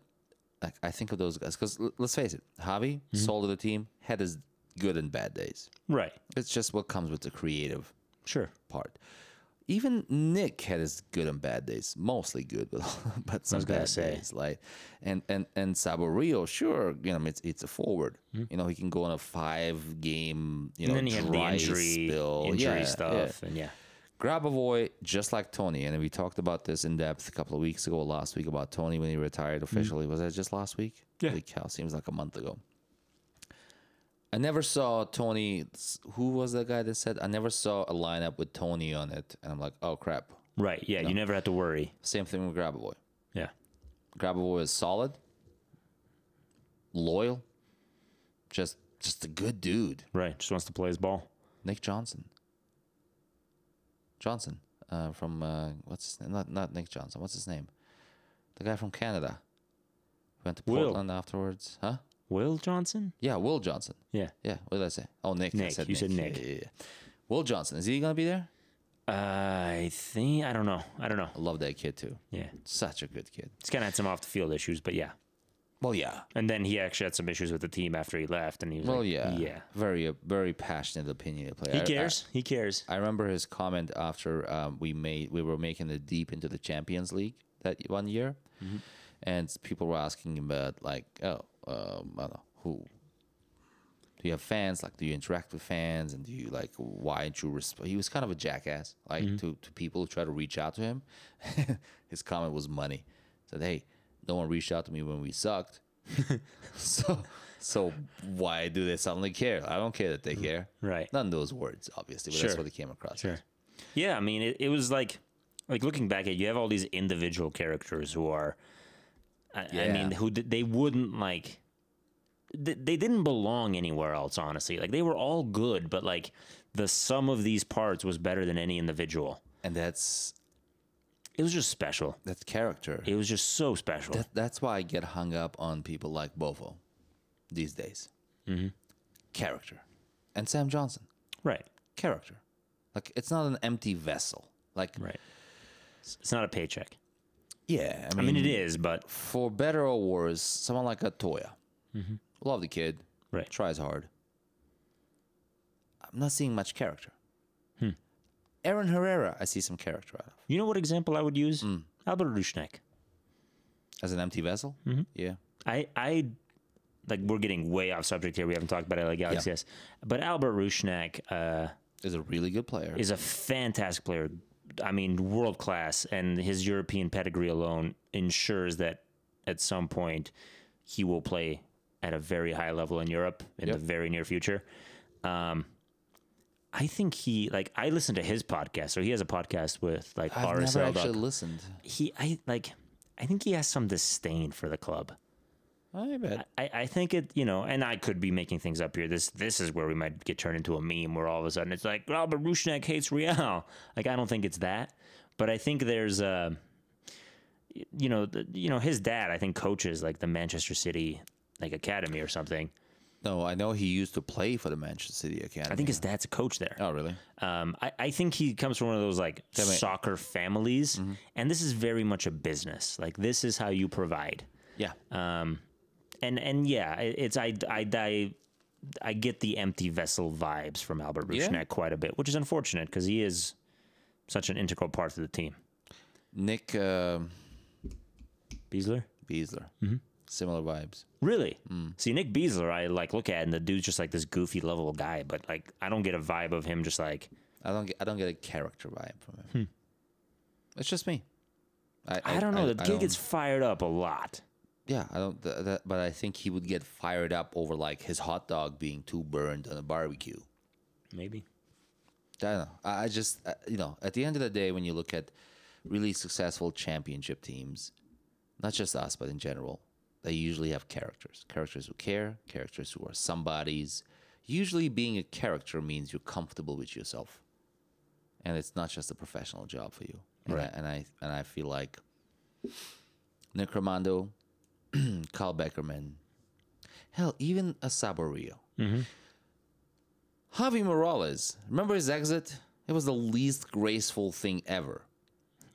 like I think of those guys because let's face it, Javi, soul of the team, had his good and bad days. Right. It's just what comes with the creative Sure. part. Even Nick had his good and bad days, mostly good, but but some gonna bad say. days. Like and and and Saborio, sure, you know, it's it's a forward. You know, he can go on a five game, you know, Hmm. and then you have the dry injury, spell. injury Yeah, stuff, Yeah. and yeah. Grabavoy, just like Tony, and we talked about this in depth a couple of weeks ago, last week about Tony when he retired officially. Was that just last week? Yeah. Holy cow, seems like a month ago. I never saw Tony. Who was the guy that said I never saw a lineup with Tony on it? And I'm like, oh crap. Right. Yeah. You never have to worry. Same thing with Grabavoy. Yeah. Grabavoy is solid, loyal, just just a good dude. Right. Just wants to play his ball. Nick Johnson. Johnson uh, from uh, what's his name? Not not Nick Johnson. What's his name? The guy from Canada. Went to Will. Portland afterwards, huh? Will Johnson. Yeah, Will Johnson. Yeah. Yeah, what did I say? Oh, Nick. I Nick, you said Yeah, Nick. yeah, yeah. Will Johnson. Is he gonna be there? Uh, I think I don't know. I don't know. I love that kid too. Yeah. Such a good kid. It's kind of had some off the field issues, but yeah. Well, yeah. And then he actually had some issues with the team after he left, and he was Well, like, yeah. yeah." Very, uh, very passionate opinion player. He I- I- cares. he cares. I remember his comment after um, we made we were making it deep into the Champions League that one year, and people were asking him about like, oh, um, I don't know, who do you have fans? Like, do you interact with fans? And do you like why aren't you resp-? He was kind of a jackass, like to to people who try to reach out to him. his comment was money. Said, hey, no one reached out to me when we sucked. so so why do they suddenly care? I don't care that they care. Right. Not in those words, obviously, but that's Sure. what it came across. as. Yeah, I mean, it, it was like, like looking back at you have all these individual characters who are, I, I mean, Yeah. who d- they wouldn't like. They, they didn't belong anywhere else, honestly. Like they were all good, but like the sum of these parts was better than any individual. And that's It was just special. that's character. It was just so special. That, that's why I get hung up on people like Bofo these days. Mm-hmm. Character. And Sam Johnson, right. character. Like, it's not an empty vessel. Like, Right. It's it's not a paycheck. yeah, I I mean, mean, it is, but for better or worse, someone like Atoya, love the kid, Mm-hmm. Right. Hmm. tries hard. I'm not seeing much character. Aaron Herrera, I see some character out of You know what example I would use? Mm. Albert Rushnek. as an empty vessel. Mm-hmm. Yeah, I, I, like, we're getting way off subject here. We haven't talked about LA Galaxy, yes. But Albert Rushnek uh, is a really good player. is a fantastic player. I mean, world class. And his European pedigree alone ensures that at some point he will play at a very high level in Europe in Yep. the very near future. Um, I think he like I listened to his podcast, so he has a podcast with like I've RSL. never actually listened. he I like I think he has some disdain for the club. I bet. I, I think it you know, and I could be making things up here. This this is where we might get turned into a meme where all of a sudden it's like Robert Rushnek hates Real. Like I don't think it's that, but I think there's uh, y- you know, the, you know his dad I think coaches like the Manchester City like academy or something. No, I know he used to play for the Manchester City Academy. I think his dad's a coach there. Oh, really? Um, I, I think he comes from one of those like me- soccer families, and this is very much a business. Like this is how you provide. Yeah. Um, and and yeah, it- it's I I I, I get the empty vessel vibes from Albert Yeah. Rushnet quite a bit, which is unfortunate because he is such an integral part of the team. Nick um Beasler, Beasler. Mm-hmm. Hmm. Similar vibes. really? See, Nick Beasler, I like look at, and the dude's just like this goofy, lovable guy, but like I don't get a vibe of him just like I don't get. I don't get a character vibe from him. It's just me. Hmm. I don't know. the I kid don't- gets fired up a lot. Yeah, I don't. Th- that, but I think he would get fired up over like his hot dog being too burned on a barbecue. Maybe. I don't know. I I just, uh, you know, at the end of the day, when you look at really successful championship teams, not just us, but in general, they usually have characters. Characters who care, characters who are somebodies. Usually, being a character means you're comfortable with yourself, and it's not just a professional job for you. And I, and I and I feel like Necromando, Carl Beckerman, hell, even a Saborio. Javi Morales, remember his exit? It was the least graceful thing ever.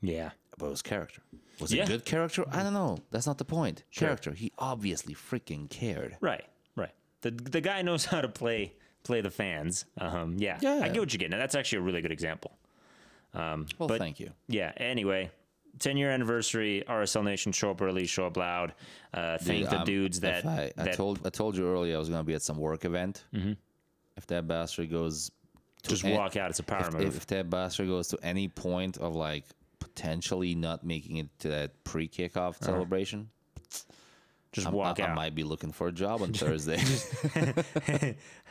Yeah. About his character. Was it Yeah. good character? I don't know. That's not the point. Character. He obviously freaking cared. Right, right. The the guy knows how to play play the fans. Um, yeah, Yeah. I get what you get. Now that's actually a really good example. Um, Well, but thank you. yeah. Anyway, ten year anniversary. RSL Nation, show up early, show up loud. Uh, thank the I'm- dudes um, if that I, I that Mm-hmm. told I told you earlier I was gonna be at some work event. If that bastard goes, to just an- walk out. It's a power move. If, if that bastard goes to any point of like potentially not making it to that pre kickoff celebration, just I'm- Uh-huh. walk I, I out. might be looking for a job on Thursday.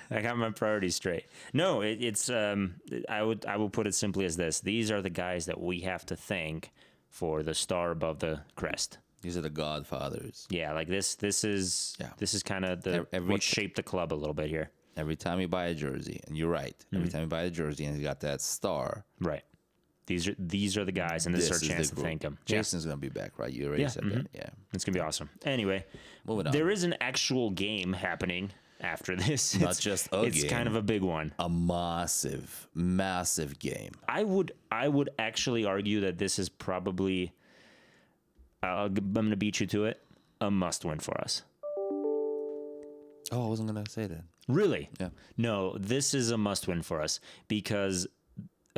I got my priorities straight. No, it, it's um, I would I will put it simply as this: these are the guys that we have to thank for the star above the crest. These are the Godfathers. Yeah, like this. This is Yeah. this is kind of the Ev- every- what shaped the club a little bit here. Every time you buy a jersey, and you're right, every time you buy a jersey and you got that star, Right. These are these are the guys, and this, this is our the chance to group. thank them. Jason's gonna be back, right? You already Yeah, said that. Yeah. Mm-hmm. It's gonna be awesome. Anyway, Moving on. there is an actual game happening after this. Not just a It's game. kind of a big one. A massive, massive game. I would I would actually argue that this is probably I'll, I'm gonna beat you to it. A must win for us. Oh, I wasn't gonna say that. Really? Yeah. No, this is a must win for us because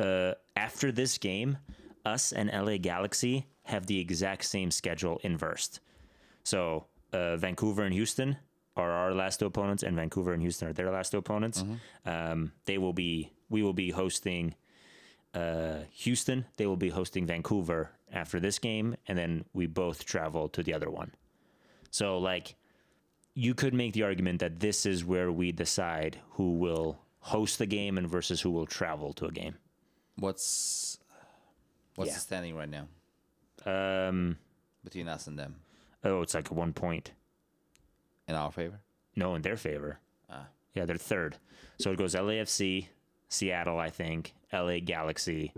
uh, after this game, us and LA Galaxy have the exact same schedule inversed. So uh, Vancouver and Houston are our last two opponents, and Vancouver and Houston are their last two opponents. Um, they will be, we will be hosting uh, Houston. They will be hosting Vancouver after this game, and then we both travel to the other one. So like you could make the argument that this is where we decide who will host the game and versus who will travel to a game. What's what's Yeah. the standing right now Um, between us and them oh, it's like one point. in our favor? No, in their favor. Ah. Yeah, they're third. So it goes LAFC, Seattle, I think, LA Galaxy.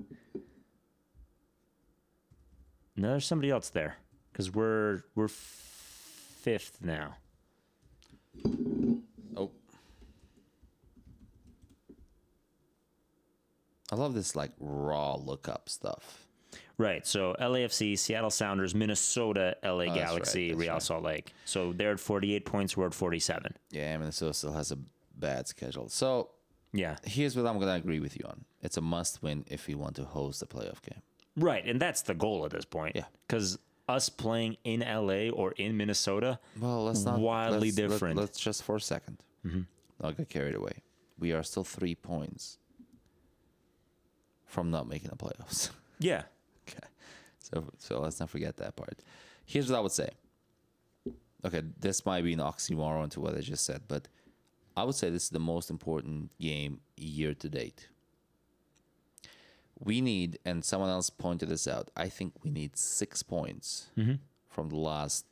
No, there's somebody else there because we're we're f- fifth now. Oh. I love this like raw lookup stuff. Right. So LAFC, Seattle Sounders, Minnesota, LA Oh, that's right, Galaxy, that's Real right. Salt Lake. So they're at 48 points. We're at 47. Yeah, Minnesota still has a bad schedule. So Yeah. Here's what I'm gonna agree with you on. It's a must win if we want to host a playoff game. Right. And that's the goal at this point. Yeah. Because us playing in LA or in Minnesota, Well, let's not Wildly let's- let- different. Mm-hmm. let's just for a 2nd not get carried away. We are still three points from not making the playoffs. yeah. okay, so so let's not forget that part. Here's what I would say. Okay, this might be an oxymoron to what I just said, but I would say this is the most important game year to date. We need, and someone else pointed this out. I think we need six points from the last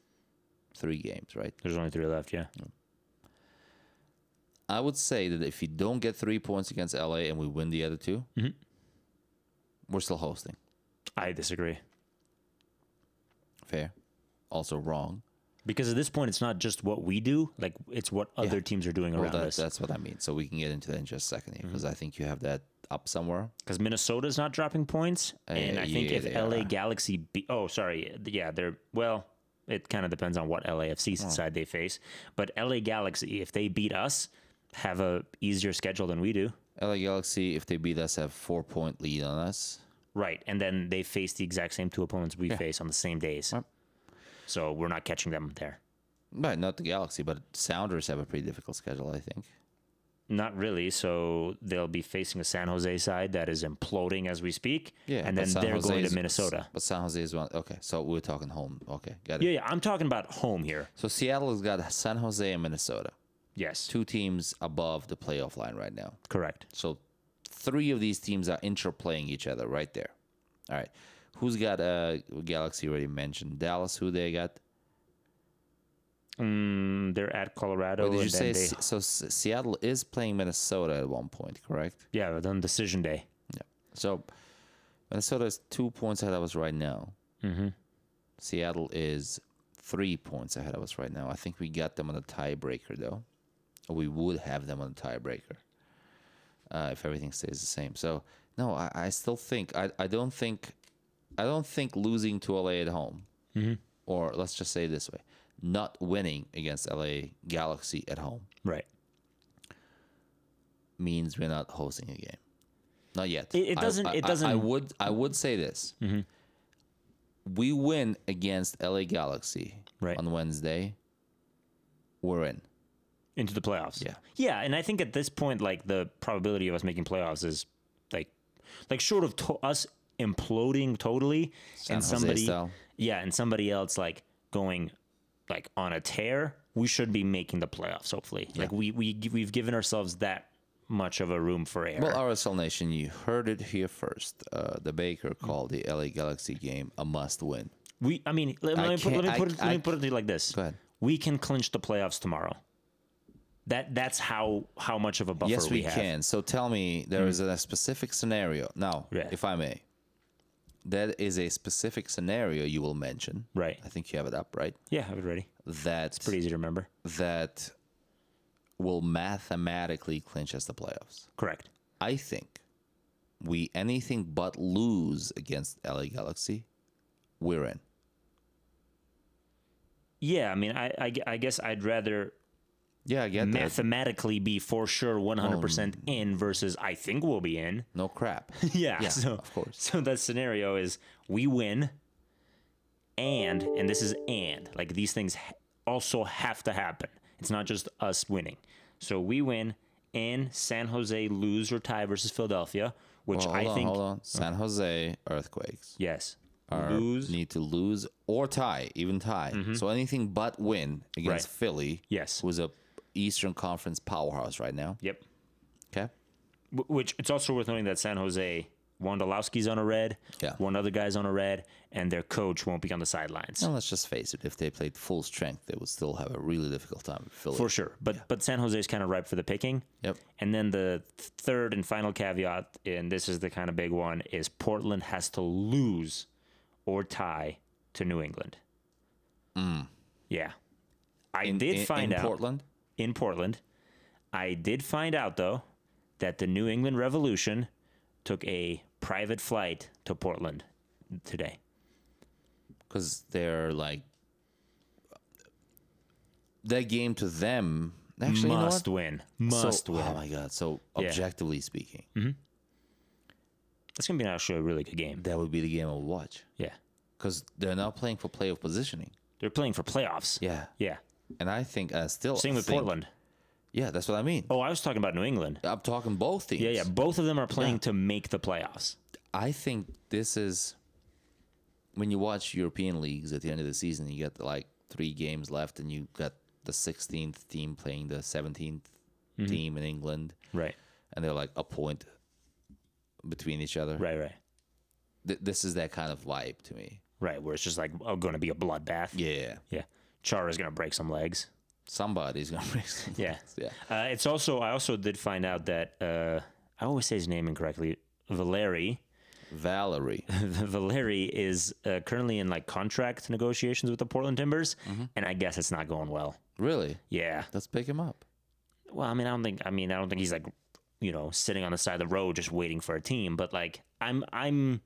three games, right? There's only three left. Yeah. I would say that if you don't get three points against LA and we win the other 2 Mhm. we're still hosting. I disagree. Fair. Also wrong. Because at this point, it's not just what we do, like, it's what other teams are doing Well, around that, us. that's what I mean. So we can get into that in just a second here Mm-hmm. because I think you have that up somewhere. because Minnesota's not dropping points, and Uh, I think yeah, if they LA are. Galaxy, be- oh sorry, yeah, they're well, it kind of depends on what LAFC side they face, but LA Galaxy, if they beat us, have a easier schedule than we do, LA Galaxy, if they beat us, have four point lead on us. right? And then they face the exact same two opponents we face on the same days, Right. so we're not catching them there. Right, not the Galaxy, but Sounders have a pretty difficult schedule, I think. Not really. So they'll be facing a San Jose side that is imploding as we speak. Yeah, but and then San they're Jose going is- to Minnesota. But San Jose is one. Okay, so we're talking home. Okay, got it. Yeah, yeah. I'm talking about home here. So Seattle's got San Jose and Minnesota, Yes. two teams above the playoff line right now. Correct. So three of these teams are interplaying each other right there. All right. Who's got uh Galaxy already mentioned? Dallas, who they got? Mm, they're at Colorado. Did you and say then they, Se- so? S- Seattle is playing Minnesota at one point, correct? yeah, but on decision day. Yeah. So Minnesota is two points ahead of us right now. Mm-hmm. Seattle is three points ahead of us right now. I think we got them on a tiebreaker, though. Or we would have them on a tiebreaker uh, if everything stays the same. So no, I, I still think I, I don't think I don't think losing to LA at home, or let's just say it this way, not winning against LA Galaxy at home Right. means we're not hosting a game. Not yet. It- it I- doesn't- I, it I- I, doesn't- Mm-hmm. would. I would say this. We win against LA Galaxy Right. on Wednesday. We're in. Into the playoffs. Yeah. Yeah, and I think at this point, like the probability of us making playoffs is like, like short of to- us imploding totally, and Jose somebody, style. yeah, and somebody else like going, like on a tear, we should be making the playoffs. Hopefully, like we we gi- we've given ourselves that much of a room for air. Well, uh, RSL Nation, you heard it here first. Uh, the Baker Mm-hmm. called the LA Galaxy game a must-win. we, I mean, let, I let me put, can't- let me I- put it, let I- me put it to you like this. Go ahead. we can clinch the playoffs tomorrow. That that's how how much of a buffer yes, we, we, have. Mm-hmm. can. So tell me, there is a specific scenario now, Yeah. if I may. That is a specific scenario you will mention. Right. I think you have it up, right? Yeah, have it ready. That's Pretty easy to remember. that will mathematically clinch us the playoffs. Correct. I think we anything but lose against LA Galaxy, we're in. Yeah, I mean, I I, gu- I guess I'd rather Yeah, I get that. Um, mathematically be for sure 100% in versus I think we'll be in. No crap. yeah, Yeah, so of course. So that scenario is we win and and this is and like these things ha- also have to happen. It's not just us winning. So we win and San Jose lose or tie versus Philadelphia, which Well, hold I on, think hold on. San Jose Earthquakes Yes. are, Lose. Mm-hmm. need to lose or tie, even tie. So anything but win against Right. Philly, Yes. who's a Eastern Conference powerhouse right now. Yep. Okay. Wh- Which it's also worth noting that San Jose, Wondolowski's on a red, Yeah. one other guy's on a red, and their coach won't be on the sidelines. And let's just face it, if they played full strength, they would still have a really difficult time with Philly. For sure. But but San Jose's kind of ripe for the picking. Yep. And then the th- third and final caveat, and this is the kind of big one, is Portland has to lose or tie to New England. Yeah. I did Mm. in, find in out Portland. in Portland. I did find out though that the New England Revolution took a private flight to Portland today. because they're like that game to them Actually, you know must what? win. So- Must win. Oh my god! So Yeah. Mm. objectively speaking, That's gonna be actually a really good game. that would be the game I would watch Yeah, because they're not playing for playoff positioning. they're playing for playoffs. Yeah, yeah. and I think I still Same with think- Portland. Yeah, that's what I mean. Oh, I was talking about New England. I'm talking both teams. Yeah, yeah. Both of them are playing to make the playoffs. I think this is when you watch European leagues at the end of the season, you get like three games left, and you got the 16th team playing the 17th Mm-hmm. team in England, Right. and they're like a point between each other. Right. Right. Th- this is that kind of vibe to me. Right. Where it's just like oh, going to be a bloodbath. Yeah, Yeah. Char is gonna break some legs. somebody's gonna break. Some Yeah. legs, yeah. Uh, it's also I also did find out that uh, I always say his name incorrectly. Valeri. Valerie. Valeri is uh, currently in like contract negotiations with the Portland Timbers, and I guess it's not going well. Really? Yeah. Let's pick him up. Well, I mean, I don't think. I mean, I don't think he's like, you know, sitting on the side of the road just waiting for a team. But like, I'm, I'm,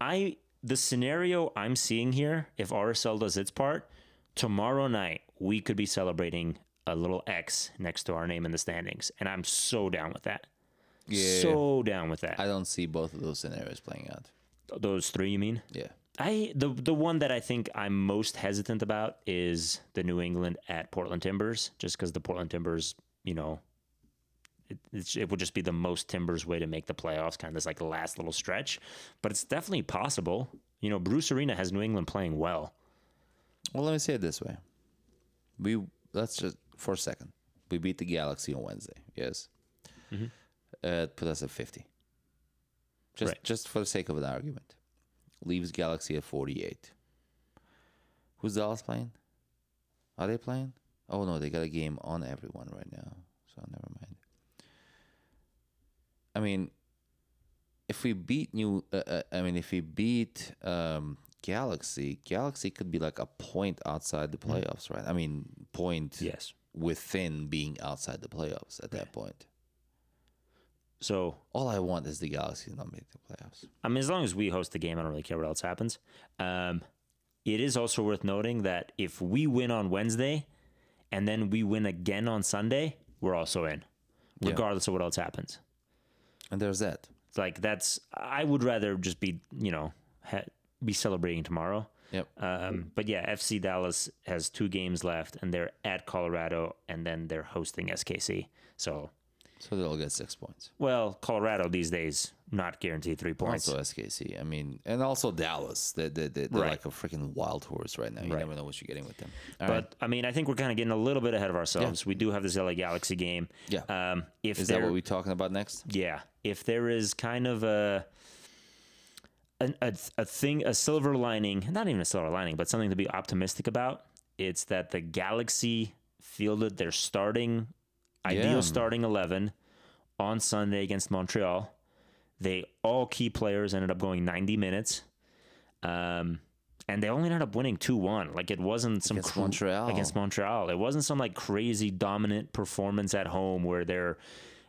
I. The scenario I'm seeing here, if RSL does its part, tomorrow night we could be celebrating a little X next to our name in the standings, and I'm so down with that. Yeah. So down with that. I don't see both of those scenarios playing out. Those three, you mean? Yeah. I the the one that I think I'm most hesitant about is the New England at Portland Timbers, just because the Portland Timbers, you know, it, it's, it would just be the most Timbers way to make the playoffs, kind of this like last little stretch. But it's definitely possible. You know, Bruce Arena has New England playing well. Well, let me say it this way. We let's just for a second. We beat the Galaxy on Wednesday. Yes. Uh, it put us at fifty. Just Right. just for the sake of an argument, leaves Galaxy at forty-eight. Who's Dallas playing? Are they playing? Oh no, they got a game on everyone right now. So never mind. I mean, if we beat New, uh, uh, I mean, if we beat um, Galaxy, Galaxy could be like a point outside the playoffs, right? I mean, point Yes. within being outside the playoffs at that point. So All I want is the Galaxy to not make the playoffs. I mean, as long as we host the game, I don't really care what else happens. Um, it is also worth noting that if we win on Wednesday and then we win again on Sunday, we're also in, Yeah. regardless of what else happens. And there's that. It's like that's I would rather just be you know ha- be celebrating tomorrow. Yep. Hmm. Um, but yeah, FC Dallas has two games left, and they're at Colorado, and then they're hosting SKC. So, So they'll get six points. well, Colorado these days not guaranteed three points. Also SKC. I mean, and also Dallas. They, they, they, they're Right. like a freaking wild horse right now. You Right. never know what you're getting with them. All but right. I mean, I think we're kind of getting a little bit ahead of ourselves. We do have this LA Galaxy game. Yeah. Um, if Is there, that what we're talking about next? yeah, if there is kind of a an, a, a thing, a silver lining, not even a silver lining, but something to be optimistic about, it's that the Galaxy fielded their starting, Yeah. ideal starting 11 on Sunday against Montreal. They all key players ended up going 90 minutes. Um, and they only ended up winning 2 1. Like it wasn't some Against cru- Montreal. Against Montreal. It wasn't some like crazy dominant performance at home where they're,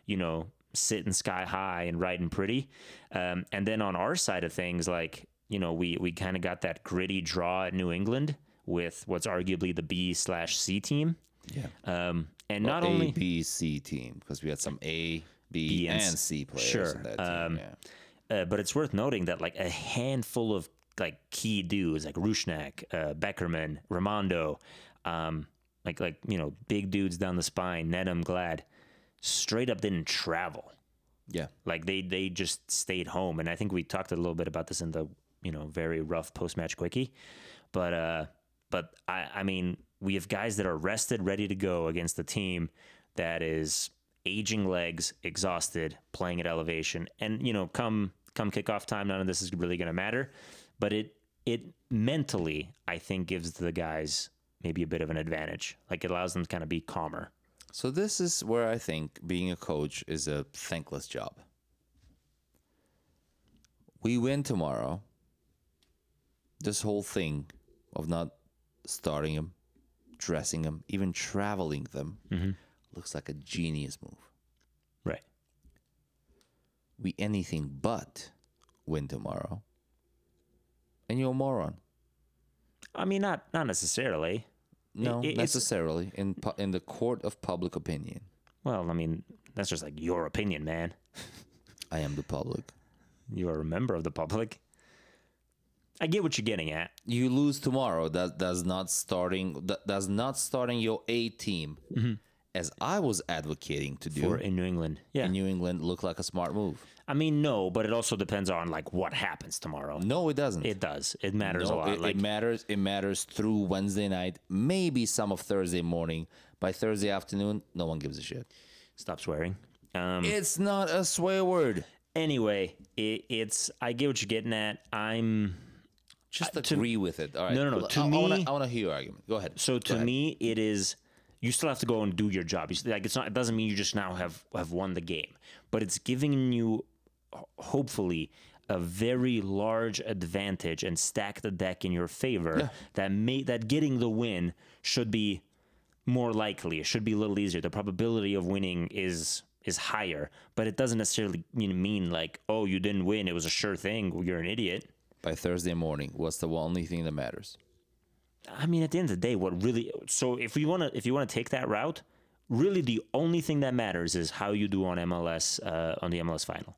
you know, sitting sky high and riding pretty. Um, and then on our side of things, like, you know, we, we kind of got that gritty draw at New England with what's arguably the B slash C team. Yeah. Um, and not A, only. B, C team because we had some A, B, B, and and, s- C players sure. in that team. Um, yeah. Uh, but it's worth noting that like a handful of like key dudes like Rushnak, uh, Beckerman, Ramondo, um, like like you know big dudes down the spine, Nedham, Glad, straight up didn't travel. Yeah. Like they they just stayed home, and I think we talked a little bit about this in the you know very rough post match quickie, but uh, but I I mean we have guys that are rested, ready to go against a team that is aging legs, exhausted, playing at elevation, and you know come come kickoff time, none of this is really going to matter, but it it mentally I think gives the guys maybe a bit of an advantage, like it allows them to kind of be calmer. So this is where I think being a coach is a thankless job. We win tomorrow. This whole thing of not starting him, dressing him, even traveling them Mm-hmm. looks like a genius move. Right. We anything but win tomorrow. And you're a moron. I mean, not not necessarily. No, I- it's- necessarily in pu- in the court of public opinion. Well, I mean, that's just like your opinion, man. I am the public. You are a member of the public. I get what you're getting at. You lose tomorrow. That does not starting. That does not starting your A team, Mm-hmm. as I was advocating to do Or in New England. Yeah. in New England, look like a smart move. I mean, no, but it also depends on like what happens tomorrow. No, it doesn't. It does. It matters No, a lot. It, it like matters. It matters through Wednesday night, maybe some of Thursday morning. By Thursday afternoon, no one gives a shit. stop swearing. Um, It's not a swear word. anyway, it, it's I get what you're getting at. I'm Just agree with it. All right. no, no, Well, to I, I wanna, me- I want to hear your argument. Go ahead. so to me it is you still have to go and do your job. You s- like it's not it doesn't mean you just now have have won the game, but it's giving you ho- hopefully a very large advantage and stack the deck in your favor that may that getting the win should be more likely. It should be a little easier. The probability of winning is is higher, but it doesn't necessarily you know, mean like oh you didn't win. It was a sure thing. You're an idiot. by Thursday morning, what's the only thing that matters? I mean, at the end of the day, what really? So if you want to, if you want to take that route, really the only thing that matters is how you do on MLS uh, on the MLS final.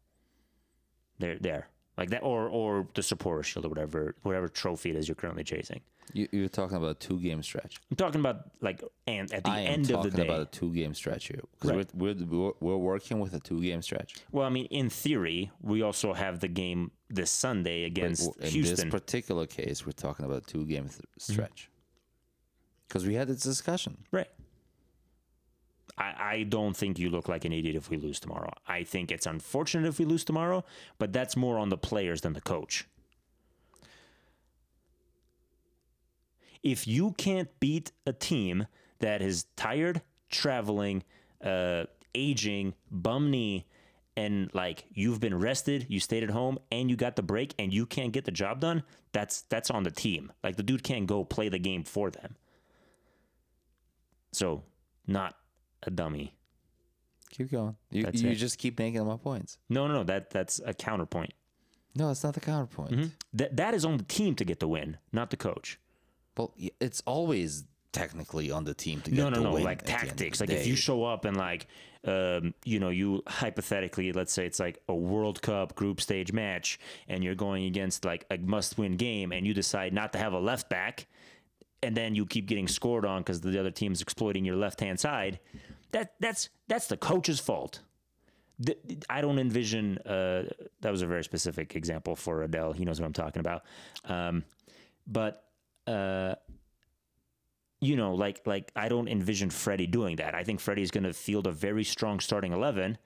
There, there, like that, or or the supporter shield or whatever whatever trophy it is you're currently chasing. You, you're talking about a two-game stretch. I'm talking about like and at the I am end of talking the day. about a two-game stretch here because Right. we're, we're, we're we're working with a two-game stretch. well, I mean, in theory, we also have the game this Sunday against W- In Houston. Mm-hmm. this particular case, we're talking about a two-game th- stretch because we had this discussion. Right. I, I don't think you look like an idiot if we lose tomorrow. I think it's unfortunate if we lose tomorrow, but that's more on the players than the coach. If you can't beat a team that is tired, traveling, uh, aging, bum knee, and like you've been rested, you stayed at home, and you got the break, and you can't get the job done, that's that's on the team. Like the dude can't go play the game for them. So, not a dummy. Keep going. You, That's you it. just keep making my points. No, no, no. That that's a counterpoint. No, it's not the counterpoint. That that is on the team to get the win, not the coach. Well, y- it's always technically on the team to get No, the no, no. win Like at the end of tactics. the Like if you day. show up and like, um, you know, you hypothetically, let's say it's like a World Cup group stage match, and you're going against like a must-win game, and you decide not to have a left back, and then you keep getting scored on because the other team's exploiting your left-hand side. That that's that's the coach's fault. th- th- I don't envision. Uh, that was a very specific example for Adele. He knows what I'm talking about. Um, but uh, you know, like like I don't envision Freddie doing that. I think Freddie's going to field a very strong starting eleven,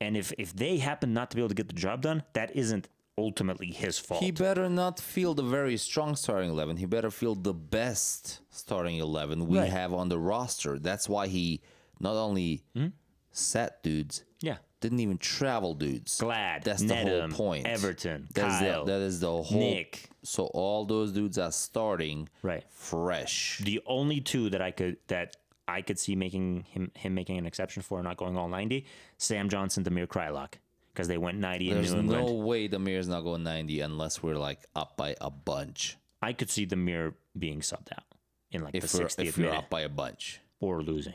and if if they happen not to be able to get the job done, that isn't ultimately his fault. He better not feel the very strong starting 11. He better feel the best starting 11 we Right. have on the roster. That's why he not only Mm-hmm. sat dudes, yeah, didn't even travel dudes. Glad, That's the whole Nedham, point. Everton, That's Kyle, the, that is the whole. Nick. So all those dudes are starting Right. fresh. the only two that I could that I could see making him him making an exception for and not going all ninety, Sam Johnson, Demir Krylock, because they went ninety There's in New England. no way the mirror's not going 90 unless we're like up by a bunch. I could see Demir being subbed out in like the If we're, sixtieth if we're minute up by a bunch. or losing.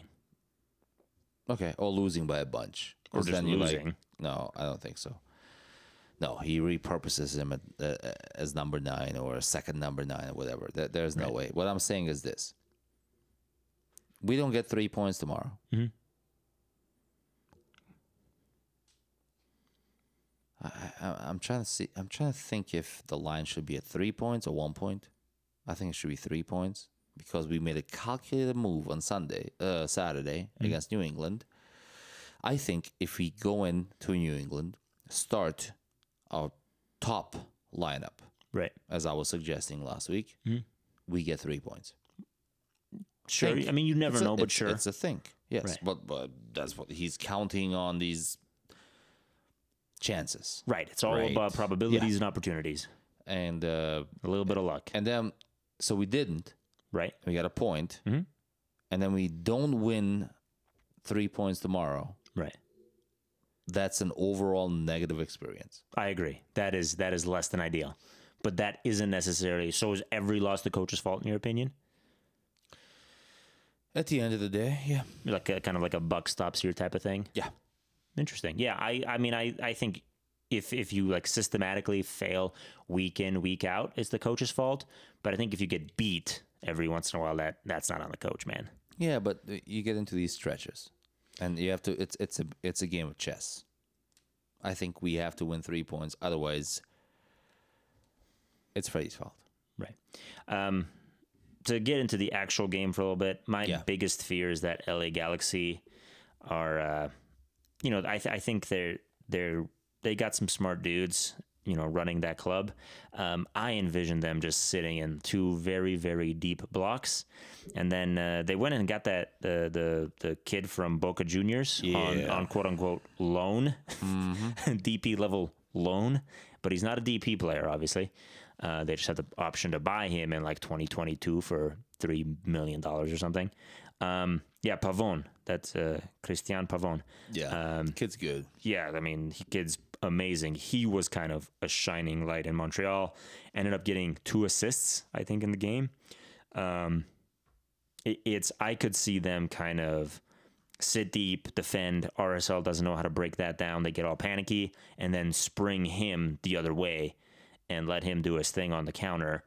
Okay, or losing by a bunch, or just losing. no, I don't think so. No, he repurposes him at, uh, as number nine or a second number nine or whatever. There, there's no way. What I'm saying is this: we don't get three points tomorrow. Mhm. I, I, I'm trying to see. I'm trying to think if the line should be at three points or one point. I think it should be three points because we made a calculated move on Sunday, uh, Saturday Mm. against New England. I think if we go in to New England, start our top lineup Right. as I was suggesting last week, we get three points. Mm. Sure. Think. I mean, you never It's a- know, but it's- sure. it's a thing. Yes, Right. but but that's what he's counting on these chances right. It's all Right. about probabilities and opportunities. and uh, A little bit of luck. and then so we didn't. Right. We got a point, and then we don't win three points tomorrow. Right. That's an overall negative experience. I agree. That is that is less than ideal, but that isn't necessarily. So is every loss the coach's fault in your opinion? At the end of the day, yeah. like a, kind of like a buck stops here type of thing. Yeah. Interesting. Yeah, I I mean I I think if if you like systematically fail week in week out, it's the coach's fault. But I think if you get beat every once in a while, that that's not on the coach, man. Yeah, but uh, you get into these stretches, and you have to. It's it's a it's a game of chess. I think we have to win three points, otherwise, it's Freddy's fault. Right. Um, to get into the actual game for a little bit, my Yeah. biggest fear is that LA Galaxy are, uh, you know, I, th- I think they're they're they got some smart dudes, you know, running that club. Um, I envision them just sitting in two very very deep blocks, and then uh, they went and got that uh, the the kid from Boca Juniors on, Yeah. on quote unquote loan, DP level loan, but he's not a DP player, obviously. Uh, they just had the option to buy him in like 2022 for three million dollars or something. Um, yeah, Pavon. That's uh, Christian Pavon. Yeah, kid's good. Yeah, I mean, he, kid's amazing. He was kind of a shining light in Montreal. Ended up getting two assists, I think, in the game. Um, it, it's I could see them kind of sit deep, defend. RSL doesn't know how to break that down. They get all panicky and then spring him the other way and let him do his thing on the counter.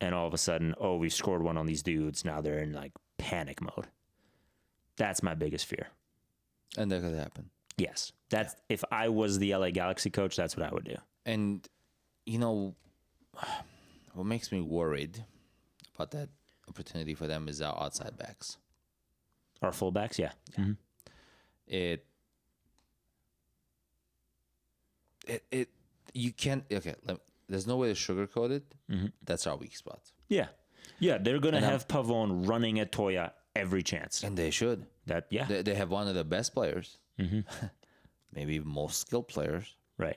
And all of a sudden, oh, we've scored one on these dudes. Now they're in like panic mode. That's my biggest fear. and that could happen. Yes. That's if I was the LA Galaxy coach, that's what I would do. And you know, what makes me worried about that opportunity for them is our outside backs. Our fullbacks, yeah. Mm-hmm. Mhm. It, it, it you can't. Okay, let, there's no way to sugarcoat it. That's our weak spot, Yeah. Yeah, they're going to I'm- have Pavone running at Toya every chance. um, and they should. That yeah. They, they have one of the best players, maybe even most skilled players, right.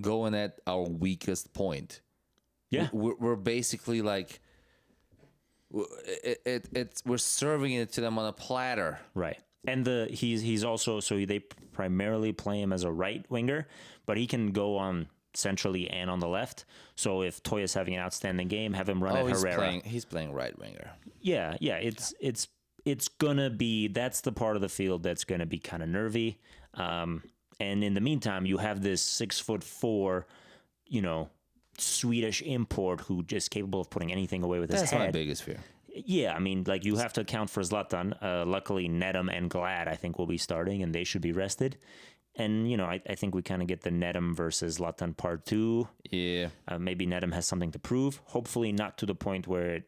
going at our weakest point. Yeah. we're, we're basically like w- it, it it's we're serving it to them on a platter Right. And the he's he's also so they primarily play him as a right winger, but he can go on centrally and on the left. So if Toya's having an outstanding game, have him run at Oh, he's Herrera. playing he's playing right winger Yeah, yeah, it's it's it's gonna be that's the part of the field that's gonna be kind of nervy. Um, and in the meantime, you have this six foot four, you know, Swedish import who just capable of putting anything away with that's his my head. biggest fear Yeah, I mean, like you have to account for Zlatan. Uh, luckily, Nedum and Glad I think will be starting, and they should be rested. And you know, I, I think we kind of get the Nedum versus Zlatan part two. yeah Uh, maybe Nedum has something to prove. Hopefully, not to the point where it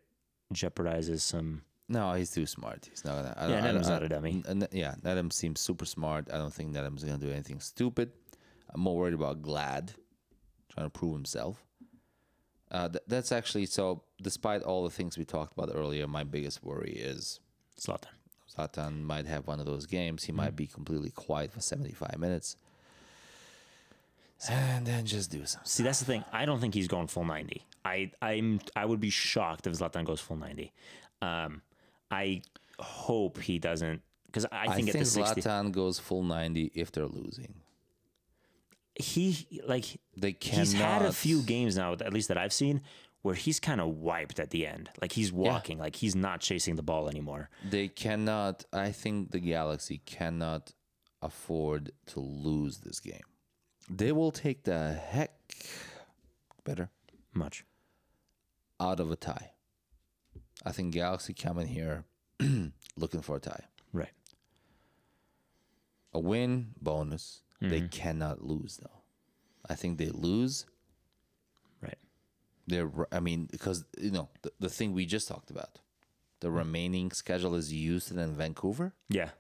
jeopardizes some no he's too smart he's not gonna I don't, Yeah, I don't- Nedim's I- not a dummy. N- N- yeah Nedham seems super smart I don't think Nedham's gonna do anything stupid I'm more worried about Glad trying to prove himself uh, th- that's actually so despite all the things we talked about earlier my biggest worry is Zlatan. Zlatan might have one of those games. He might be completely quiet for 75 minutes. And then just do some. See, that's the thing. I don't think he's going full ninety. I I'm I would be shocked if Zlatan goes full ninety. Um, I hope he doesn't because I I think think, at the sixty Zlatan goes full 90 if they're losing. he like They cannot. he's had a few games now, at least that I've seen, where he's kind of wiped at the end. Like he's walking, like he's not chasing the ball anymore. They cannot. I think the Galaxy cannot afford to lose this game. They will take the heck better Much. out of a tie. I think Galaxy come in here looking for a tie. Right. a win bonus. They Mm-hmm. cannot lose though. I think they lose. Right. They're r- I mean because you know the, the thing we just talked about, Mm-hmm. the remaining schedule is Houston and Vancouver. Yeah.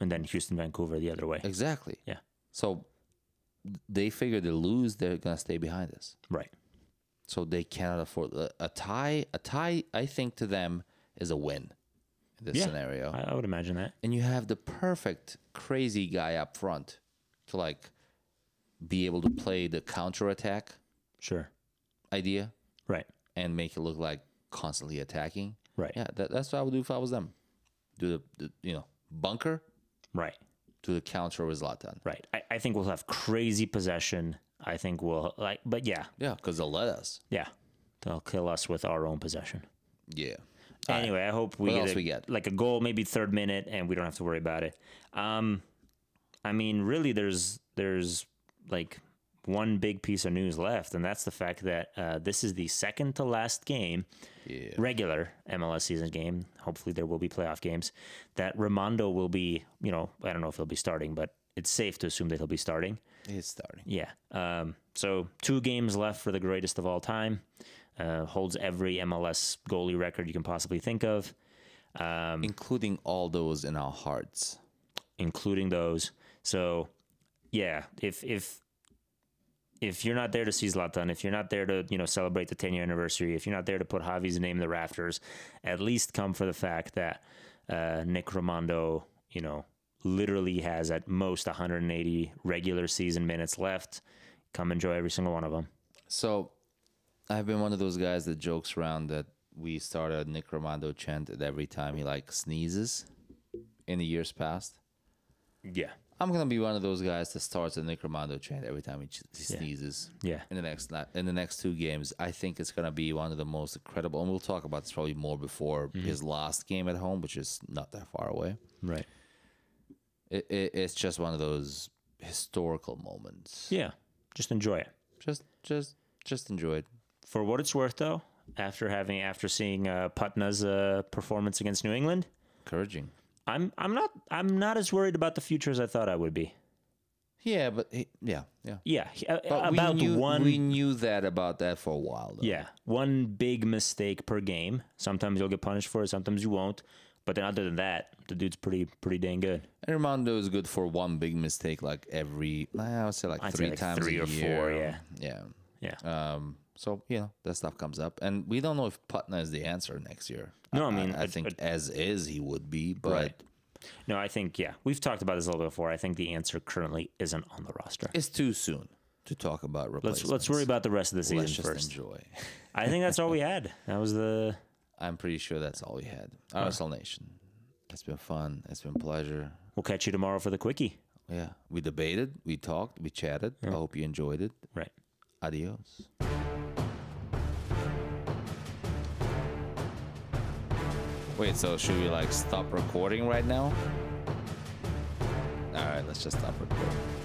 And then Houston, Vancouver, the other way. Exactly. Yeah. So they figure they lose, they're gonna stay behind us. Right. So they cannot afford a, a tie. A tie, I think, to them is a win in this Yeah. scenario. I, I would imagine that. and you have the perfect crazy guy up front to like be able to play the counterattack Sure. idea Right. and make it look like constantly attacking. Right. Yeah, that, that's what I would do if I was them. Do the, the you know bunker Right. to the counter with Zlatan. Right. I, I think we'll have crazy possession. I think we'll like, but yeah, Yeah, because they'll let us. yeah, they'll kill us with our own possession. Yeah, Anyway, I hope we What get, else a, we get? like a goal, maybe third minute, and we don't have to worry about it. Um, I mean, really, there's there's like one big piece of news left, and that's the fact that uh, this is the second to last game, Yeah. regular MLS season game. Hopefully, there will be playoff games that Ramondo will be. You know, I don't know if he'll be starting, but it's safe to assume that he'll be starting. It's starting. Yeah. Um, so two games left for the greatest of all time. Uh, holds every MLS goalie record you can possibly think of, um, Including all those in our hearts. including those. So, yeah, if if if you're not there to see Zlatan, if you're not there to you know celebrate the 10 year anniversary, if you're not there to put Javi's name in the rafters, at least come for the fact that uh, Nick Romando, you know, literally has at most 180 regular season minutes left. Come enjoy every single one of them. So I've been one of those guys that jokes around that we started Nick Romando chant at every time he like sneezes in the years past. Yeah. I'm gonna be one of those guys that starts a Nick Romando chant every time he, ch- he sneezes. Yeah. In the next ni- in the next two games, I think it's gonna be one of the most incredible, and we'll talk about this probably more before Mm-hmm. his last game at home, which is not that far away. Right. It, it, it's just one of those historical moments. Yeah. Just enjoy it. Just, just, just enjoy it. For what it's worth, though, after having after seeing uh, Putna's uh, performance against New England, Encouraging. I'm I'm not I'm not as worried about the future as I thought I would be. Yeah, but he, yeah, yeah. Yeah. he- uh, But about we knew, one. We knew that about that for a while. Though. yeah. One big mistake per game. Sometimes you'll get punished for it. Sometimes you won't. But then other than that, the dude's pretty pretty dang good. And Armando is good for one big mistake, like every I would say like I'd say three like times three a or four, year. Yeah. Yeah. Um. So you know that stuff comes up, and we don't know if Putna is the answer next year. No, I mean, I, I- think as is he would be, but Right. no, I think yeah. We've talked about this a little bit before. I think the answer currently isn't on the roster. it's too soon to talk about Let's replacements. let's worry about the rest of the Let's season just first. enjoy. I think that's all we had. That was the I'm pretty sure that's all we had. RSL Nation. It's been fun. It's been pleasure. We'll catch you tomorrow for the quickie. Yeah. We debated. We talked. We chatted. I hope you enjoyed it. Right. Adios. Wait, so should we like stop recording right now? All right, let's just stop recording.